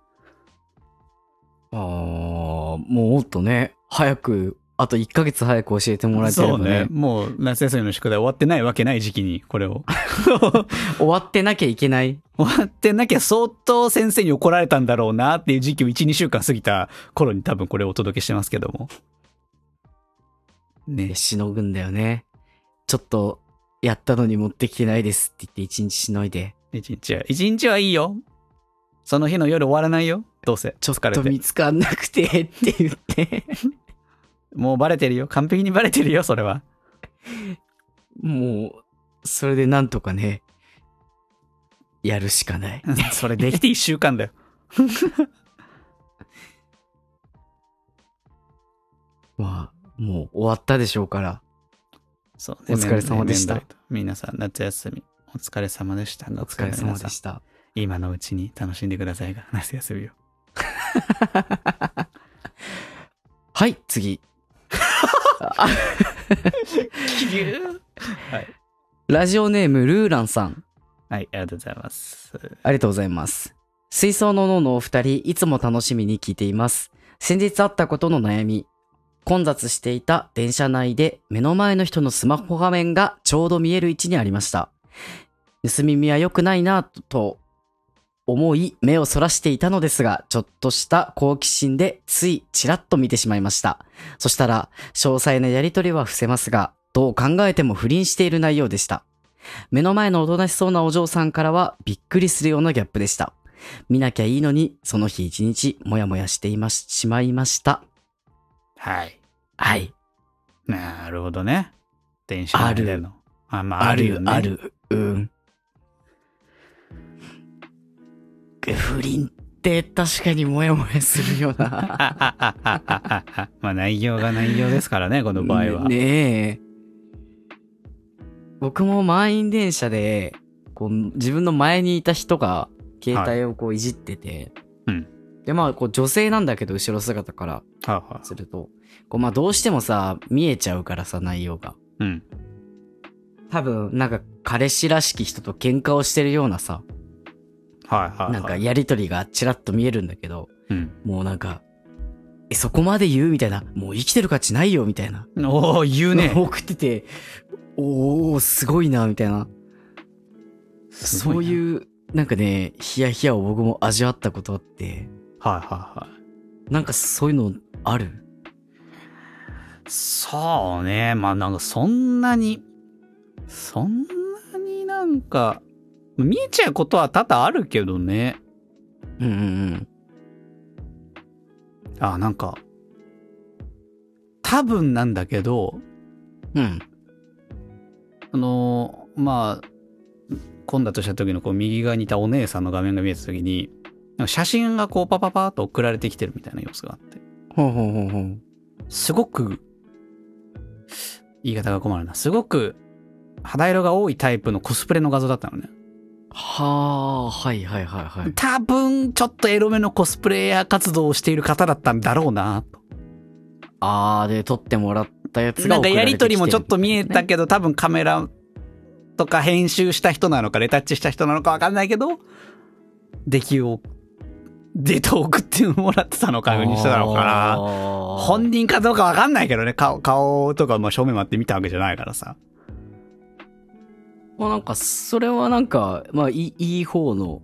S1: あー、もっとね、早く、あと1ヶ月早く教えてもらえてれ
S2: そ
S1: ば
S2: うね
S1: ね。
S2: もう夏休みの宿題終わってないわけない時期に、これを。 [LAUGHS]
S1: 終わってなきゃいけない。
S2: 終わってなきゃ相当先生に怒られたんだろうなっていう時期を1、2週間過ぎた頃に多分これをお届けしてますけども。ね
S1: で、しのぐんだよね。ちょっと、やったのに持ってきてないですって言って1日しのいで。
S2: 一日は、一日はいいよ。その日の夜終わらないよ。どうせ。
S1: ちょっ
S2: 疲れ
S1: と
S2: て
S1: 見つかんなくてって言
S2: [LAUGHS]
S1: って、
S2: もうバレてるよ。完璧にバレてるよ、そ
S1: [LAUGHS]
S2: れは。
S1: もう、それでなんとかね、やるしかない。
S2: それできて1週間だよ。
S1: まあ、もう終わったでしょうから。
S2: [LAUGHS] そう
S1: お疲れ様でした。
S2: 面倒いと皆さん、夏休み、お疲れ様でしたが。
S1: お疲れ様でした。
S2: 皆さん今のうちに楽しんでくださいが、 [LAUGHS] 夏休みを。
S1: はい、次。ラジオネーム、ルーランさん。
S2: はい、ありがとうございます。
S1: ありがとうございます。水槽の脳のお二人、いつも楽しみに聞いています。先日あったことの悩み。混雑していた電車内で目の前の人のスマホ画面がちょうど見える位置にありました。盗み見は良くないなぁとと思い目をそらしていたのですが、ちょっとした好奇心でついちらっと見てしまいました。そしたら、詳細なやりとりは伏せますが、どう考えても不倫している内容でした。目の前のおとなしそうなお嬢さんからはびっくりするようなギャップでした。見なきゃいいのに、その日一日、もやもやしていまし、しまいました。
S2: はい。
S1: はい。
S2: なるほどね。電子レンジでの。あ、まあ、あるよね。
S1: あ。る。うん。不倫って確かにもやもやするよな。
S2: あ、あ、あ、あ、あ、あ、あ。 [LAUGHS] まあ、内容が内容ですからね、この場合は。
S1: ねねえ。僕も満員電車で、こう、自分の前にいた人が、携帯をこういじってて、
S2: はいうん
S1: で、まあ、こう、女性なんだけど、後ろ姿から
S2: はあはあ
S1: すると、こう、まあ、どうしてもさ、見えちゃうからさ、内容が。
S2: うん。
S1: 多分、なんか、彼氏らしき人と喧嘩をしてるようなさ、
S2: はいはい、はい。
S1: なんか、やりとりがちらっと見えるんだけど、
S2: うん。
S1: もうなんか、え、そこまで言うみたいな、もう生きてる価値ないよ、みたいな。
S2: おお言
S1: [LAUGHS]
S2: うね。
S1: 送ってて、おおすごいな、みたいな。そう
S2: う。
S1: いう、なんかね、ヒヤヒヤを僕も味わったことあって、
S2: はいはいはい。
S1: なんかそういうのある
S2: そうね。まあなんかそんなに、そんなになんか、見えちゃうことは多々あるけどね。
S1: うんうん
S2: あ、なんか、多分なんだけど、
S1: うん。うん。
S2: あのーまあ、混んだとした時のこう右側にいたお姉さんの画面が見えた時に、なんか写真がこうパパパーっと送られてきてるみたいな様子があって、
S1: ほうほうほうほう。
S2: すごく、言い方が困るな。すごく肌色が多いタイプのコスプレの画像だったのね。
S1: はあ、はいはいはいはい。
S2: 多分、ちょっとエロめのコスプレイヤー活動をしている方だったんだろうな、と。
S1: あー、で、撮ってもらったやつが
S2: なん
S1: 送
S2: か
S1: れてきて
S2: らやりとりもちょっと見えたけど、多分カメラとか編集した人なのか、レタッチした人なのかわかんないけど、出来を、データを送ってもらってたのかようにしてたのかな。
S1: 本
S2: 本人かどうかわかんないけどね、顔、顔とか、まあ、正面待って見たわけじゃないからさ。
S1: まあなんか、それはなんか、まあ、いい、いい方の、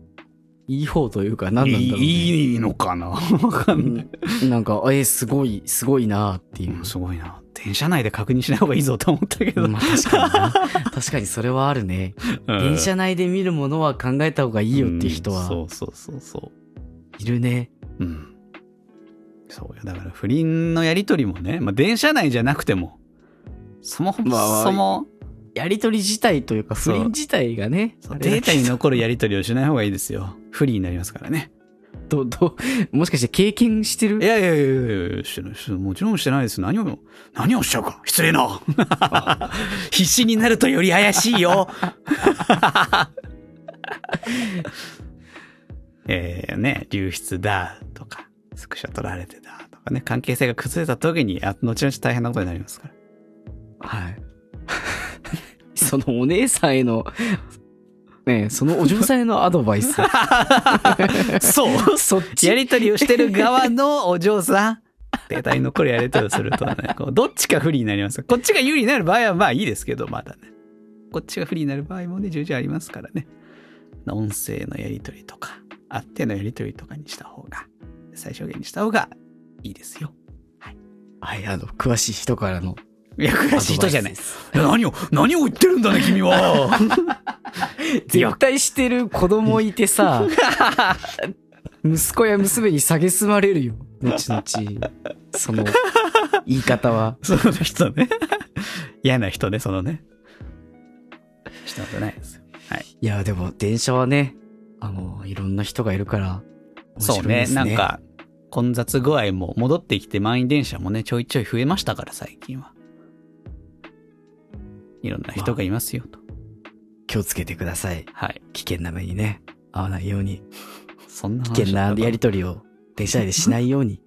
S1: いい方というか、何なんだろう、ね。
S2: いいいのかなわかんない。
S1: うんなんか、え、すごい、すごいなーっていう。
S2: すごいな。電車内で確認しない方がいいぞと思ったけど。
S1: まあ確かにな。
S2: [LAUGHS]
S1: 確かにそれはあるね。
S2: うん
S1: 電車内で見るものは考えた方がいいよっていう人
S2: うん
S1: は
S2: そうそうそうそう。
S1: いるね。
S2: うん。そうよ。だから不倫のやりとりもね、まあ、電車内じゃなくても、そもそも、
S1: まあ
S2: そも
S1: やりとり自体というか、不
S2: そう
S1: 倫自体がね、あれ
S2: デー
S1: だけ
S2: タ
S1: ど
S2: に残るやりとりをしない方がいいですよ。不利になりますからね。
S1: どどもしかして経験して
S2: い
S1: る
S2: やいやいやいやいや、してないしてないもちろんしてないです。何を、何をおっしゃるか。失礼な。 [LAUGHS] 必死になるとより怪し
S1: [LAUGHS]
S2: いよ。えー、ね、流出だとか、スクショ取られてだとかね、関係性が崩れた時に、あ後々大変なことになりますから。
S1: はい。 [LAUGHS] そのお姉さんへの、ねそのお嬢さんへのアド
S2: [LAUGHS]
S1: バイス。
S2: そう
S1: そっ
S2: [LAUGHS] や
S1: ち。
S2: りとりをしてる側のお嬢さん。データに残るやりとりをする
S1: [LAUGHS]
S2: とね、こうどっちか不利になります。こっちが有利になる場合はまあいいですけど、まだね。こっちが不利になる場合もね、重々ありますからね。音声のやりとりとか、あってのやりとりとかにした方が、最小限にした方がいいですよ。
S1: はい、あの、詳しい人からの
S2: い
S1: ア
S2: や、
S1: ドバ
S2: 詳
S1: イス
S2: しい人じゃない
S1: で。す。
S2: 何を、何を言ってるんだね、君は。 [LAUGHS]
S1: 絶対してる子供いてさ、
S2: [LAUGHS]
S1: 息子や娘に蔑まれるよ。後々。その、言い方は。
S2: その人ね。嫌な人ね、そのね。したことないですよ。
S1: いや、でも電車はね、あの、いろんな人がいるから、面白
S2: そ
S1: いうで
S2: ね
S1: すね。
S2: なん。か混雑具合も戻ってきて満員電車もねちょいちょい増えましたから最近はいろんな人がいますよと、
S1: 気をつけてください。
S2: はい
S1: 危険な目にね、合わないように。
S2: そんな話
S1: 危険なやり
S2: と
S1: とりを電車内でしないように。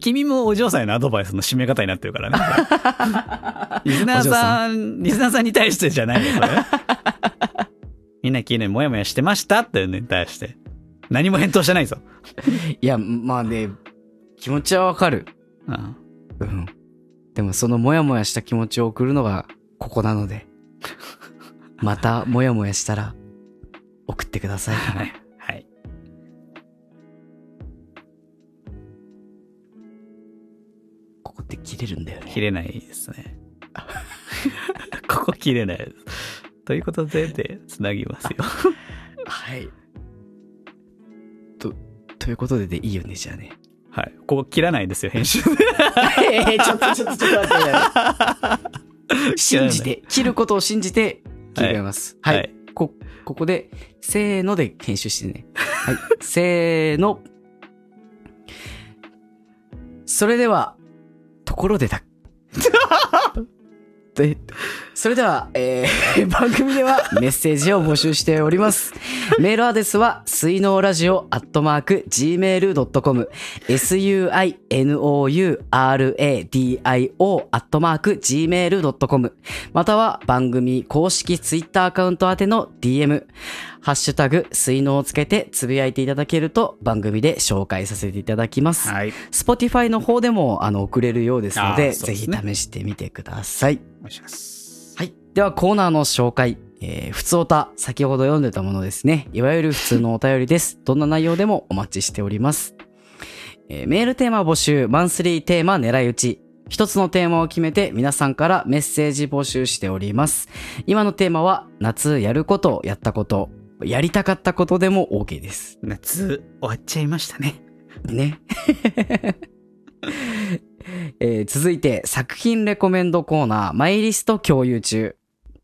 S2: 君もお嬢さんへのアドバイスの締め方になってるからね
S1: [LAUGHS]
S2: リスナーさんリスナーさんに対してじゃないよそれみんな昨日もやもやしてましたっていうのに対して何も返答してないぞ、
S1: [LAUGHS] いや、まあね、気持ちはわかる。
S2: うん、
S1: うん。でもそのモヤモヤした気持ちを送るのがここなの [LAUGHS] で、またモヤモヤしたら送ってください。
S2: はい、
S1: こって切れるんだよね。
S2: 切れないですね。 [LAUGHS] ここ切れないです。ということで、で、つなぎますよ。
S1: はい。と、ということででいいよね、じゃあ [LAUGHS] ね。
S2: はい。ここ切らないですよ、編 [LAUGHS] 集。
S1: ええちょっとちょっとちょっと待って。 [LAUGHS] 信じて、切ることを信じて、切り替えます。はい。
S2: はい
S1: こ、ここで、せーので編集してね。 [LAUGHS] はい。せーの。それでは、ところでだ。でそれでは、えー
S2: [LAUGHS]
S1: 番組ではメッセージを募集しております。メールアドレスは、水のラジオアットマーク gmail.com、suinouradio アットマーク gmail.com、または番組公式ツイッターアカウント宛ての DM、ハッシュタグ、水のをつけてつぶやいていただけると番組で紹介させていただきます。
S2: はい。
S1: Spotify の方でもあの送れるようですの
S2: あー
S1: で、
S2: そう
S1: ぜ
S2: です
S1: ひ
S2: ね
S1: 試してみてください。
S2: お願いします。
S1: はい。ではコーナーの紹介。えー、普通おた、先ほど読んでたものですね。いわゆる普通のお便りです。 [LAUGHS] どんな内容でもお待ちしております。えーメールテーマ募集、マンスリーテーマ狙い撃ち。一つのテーマを決めて皆さんからメッセージ募集しております。今のテーマは、夏やること、やったこと、やりたかったことでも OK です。
S2: 夏、終わっちゃいましたね。
S1: ね。 [LAUGHS] えー続いて、作品レコメンドコーナー、マイリスト共有中。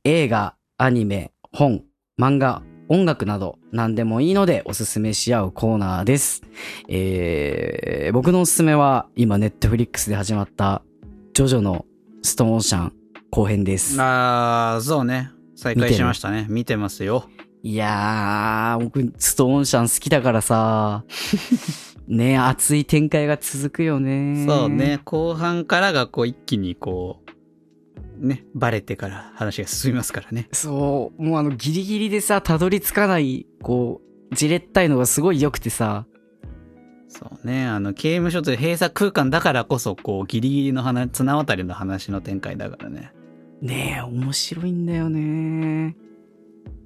S1: 映画、アニメ、本、漫画、音楽など何でもいいのでおすすめし合うコーナーです。えー僕のおすすめは今ネットフリックスで始まったジョジョのストーンオーシャン後編です。
S2: あー、そうね。再開しましたね。見てますよ。
S1: いやー、僕、ストーンシャン好きだからさ、
S2: [LAUGHS]
S1: ね熱い展開が続くよね。
S2: そう。ね。後半からがこう一気にこう、ね、バレてから話が進みますからね。
S1: そう、もうあのギリギリでさ、たどり着かない、こう、じれったいのがすごい良くてさ、
S2: そうね。あの、刑務所という閉鎖空間だからこそ、こう、ギリギリの話、綱渡りの話の展開だからね。
S1: ねえ、面白いんだよね。っ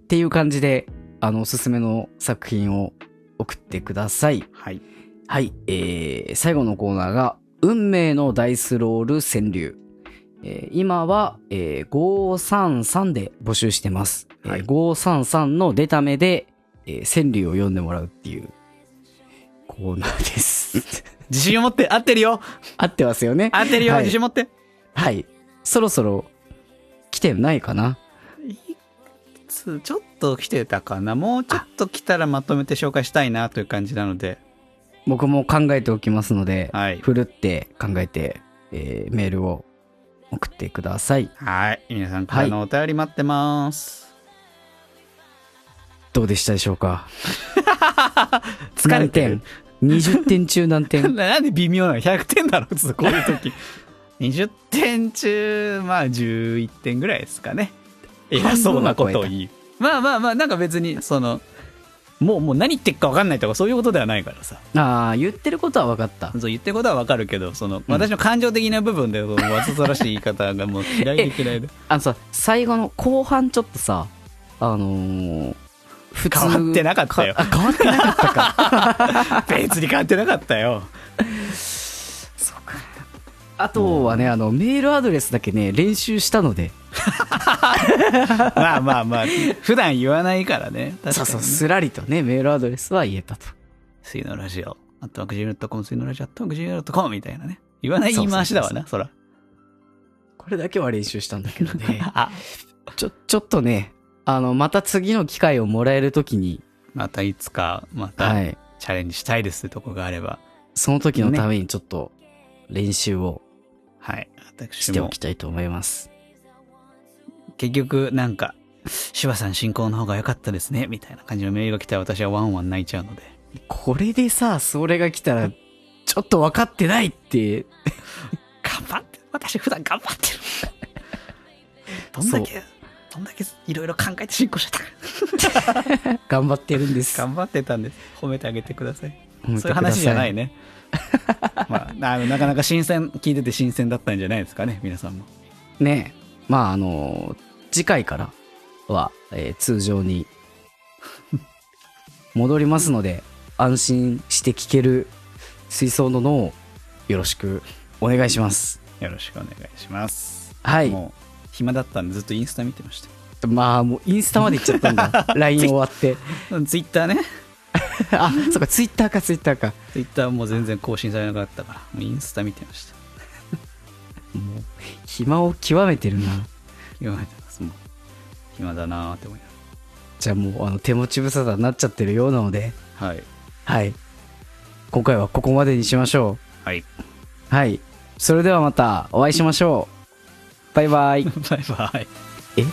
S1: ていう感じで、あの、おすすめの作品を送ってください。
S2: はい。
S1: はい、えー、最後のコーナーが、運命のダイスロール川柳。えー今は、えー533で募集してます。えー
S2: はい
S1: 533の出た目で、えー川柳を読んでもらうっていうコーナーです。
S2: 自信を持って合ってるよ
S1: 合ってますよね。
S2: 合ってるよ、
S1: はい
S2: 自信持って
S1: はい。そろそろ来てないかない
S2: つちょっと来てたかなもうちょっと来たらまとめて紹介したいなという感じなので。
S1: 僕も考えておきますので、
S2: はい。
S1: ふるって考えて、えーメールを送ってください。
S2: はい。皆さんからのお便り待ってます。
S1: どうでしたでしょうか
S2: [LAUGHS] 疲れてる
S1: 何。点 ?20 点中何
S2: [LAUGHS]
S1: 点
S2: なんで微妙なの ?100 点だろ普通こういう時。20点中、まあ11点ぐらいですかね。偉そうなことを言う。まあまあまあ、なんか別に、その、もうもう何言ってっか分かんないとかそういうことではないからさ。
S1: ああ、言ってることは分かった。
S2: そう言ってることは分かるけど、その、私の感情的な部分で、そのわざとらしい言い方がもう嫌いで嫌 [LAUGHS] いで。
S1: あのさ、最後の後半ちょっとさ、あのー、普通
S2: 変わってなかったよ
S1: あ、変わってなか
S2: [LAUGHS]
S1: ったか。
S2: 別に変わってなかった [LAUGHS] よ。
S1: あとはね、あの、メールアドレスだけね、練習したので、
S2: まあまあまあ、普段言わないからね。確かにね
S1: そうそう、すらりとね、メールアドレスは言えたと。
S2: 水のラジオ、アットマークジムドットコム、水のラジオ、アットマークジムドットコムみたいなね。言わない言い回しだわな、そら。
S1: これだけは練習したんだけどね。 [LAUGHS]
S2: あ、
S1: ちょ、ちょっとね、あの、また次の機会をもらえるときに、
S2: またいつか、ま
S1: は
S2: た
S1: い、
S2: チャレンジしたいですってとこがあれば、
S1: その時のためにちょっと練習を
S2: はい。
S1: し
S2: 私
S1: てお
S2: も
S1: き、たいと思います。
S2: 結局、なんか、柴さん進行の方が良かったですね、みたいな感じのメールが来たら私はワンワン泣いちゃうので。
S1: これでさ、それが来たら、ちょっと分かってないって、
S2: 頑張って、私普段頑張 [LAUGHS] ってる。どんだけ、どんだけいろいろ考えて進行してたか。
S1: 頑張ってるんです。
S2: 頑張ってたんです。褒めてあげてください。
S1: 褒めて
S2: そう
S1: くださ
S2: いう話じゃない。 [LAUGHS] ね。まあ、あのなかなか新鮮、聞いてて新鮮だったんじゃないですかね、皆さんも。
S1: ねえまあ、あの、次回からは、えー通常に [LAUGHS] 戻りますので、安心して聞ける水槽の脳をよろしくお願いします。
S2: よろしくお願いします。
S1: はい。
S2: もう暇だったんでずっとインスタ見てまし
S1: まあ、もうインスタまで行っちゃったんだ。LINE 終わって。
S2: た。ツイッターね。
S1: あ、そうか、ツイッターか、ツイッターか。
S2: ツイッターもう全然更新されなかったから、もうインスタ見てました。
S1: もう、暇を極めてるな。
S2: 今までますもう暇だなーって思いなが
S1: じゃあもう、あの、手持ち無沙汰になっちゃってるようなので、
S2: ら。はい。
S1: はい。今回はここまでにしましょ
S2: [LAUGHS] はい。
S1: う。はい。それではまたお会いしましょう。バイバイ。
S2: バイバイ。
S1: え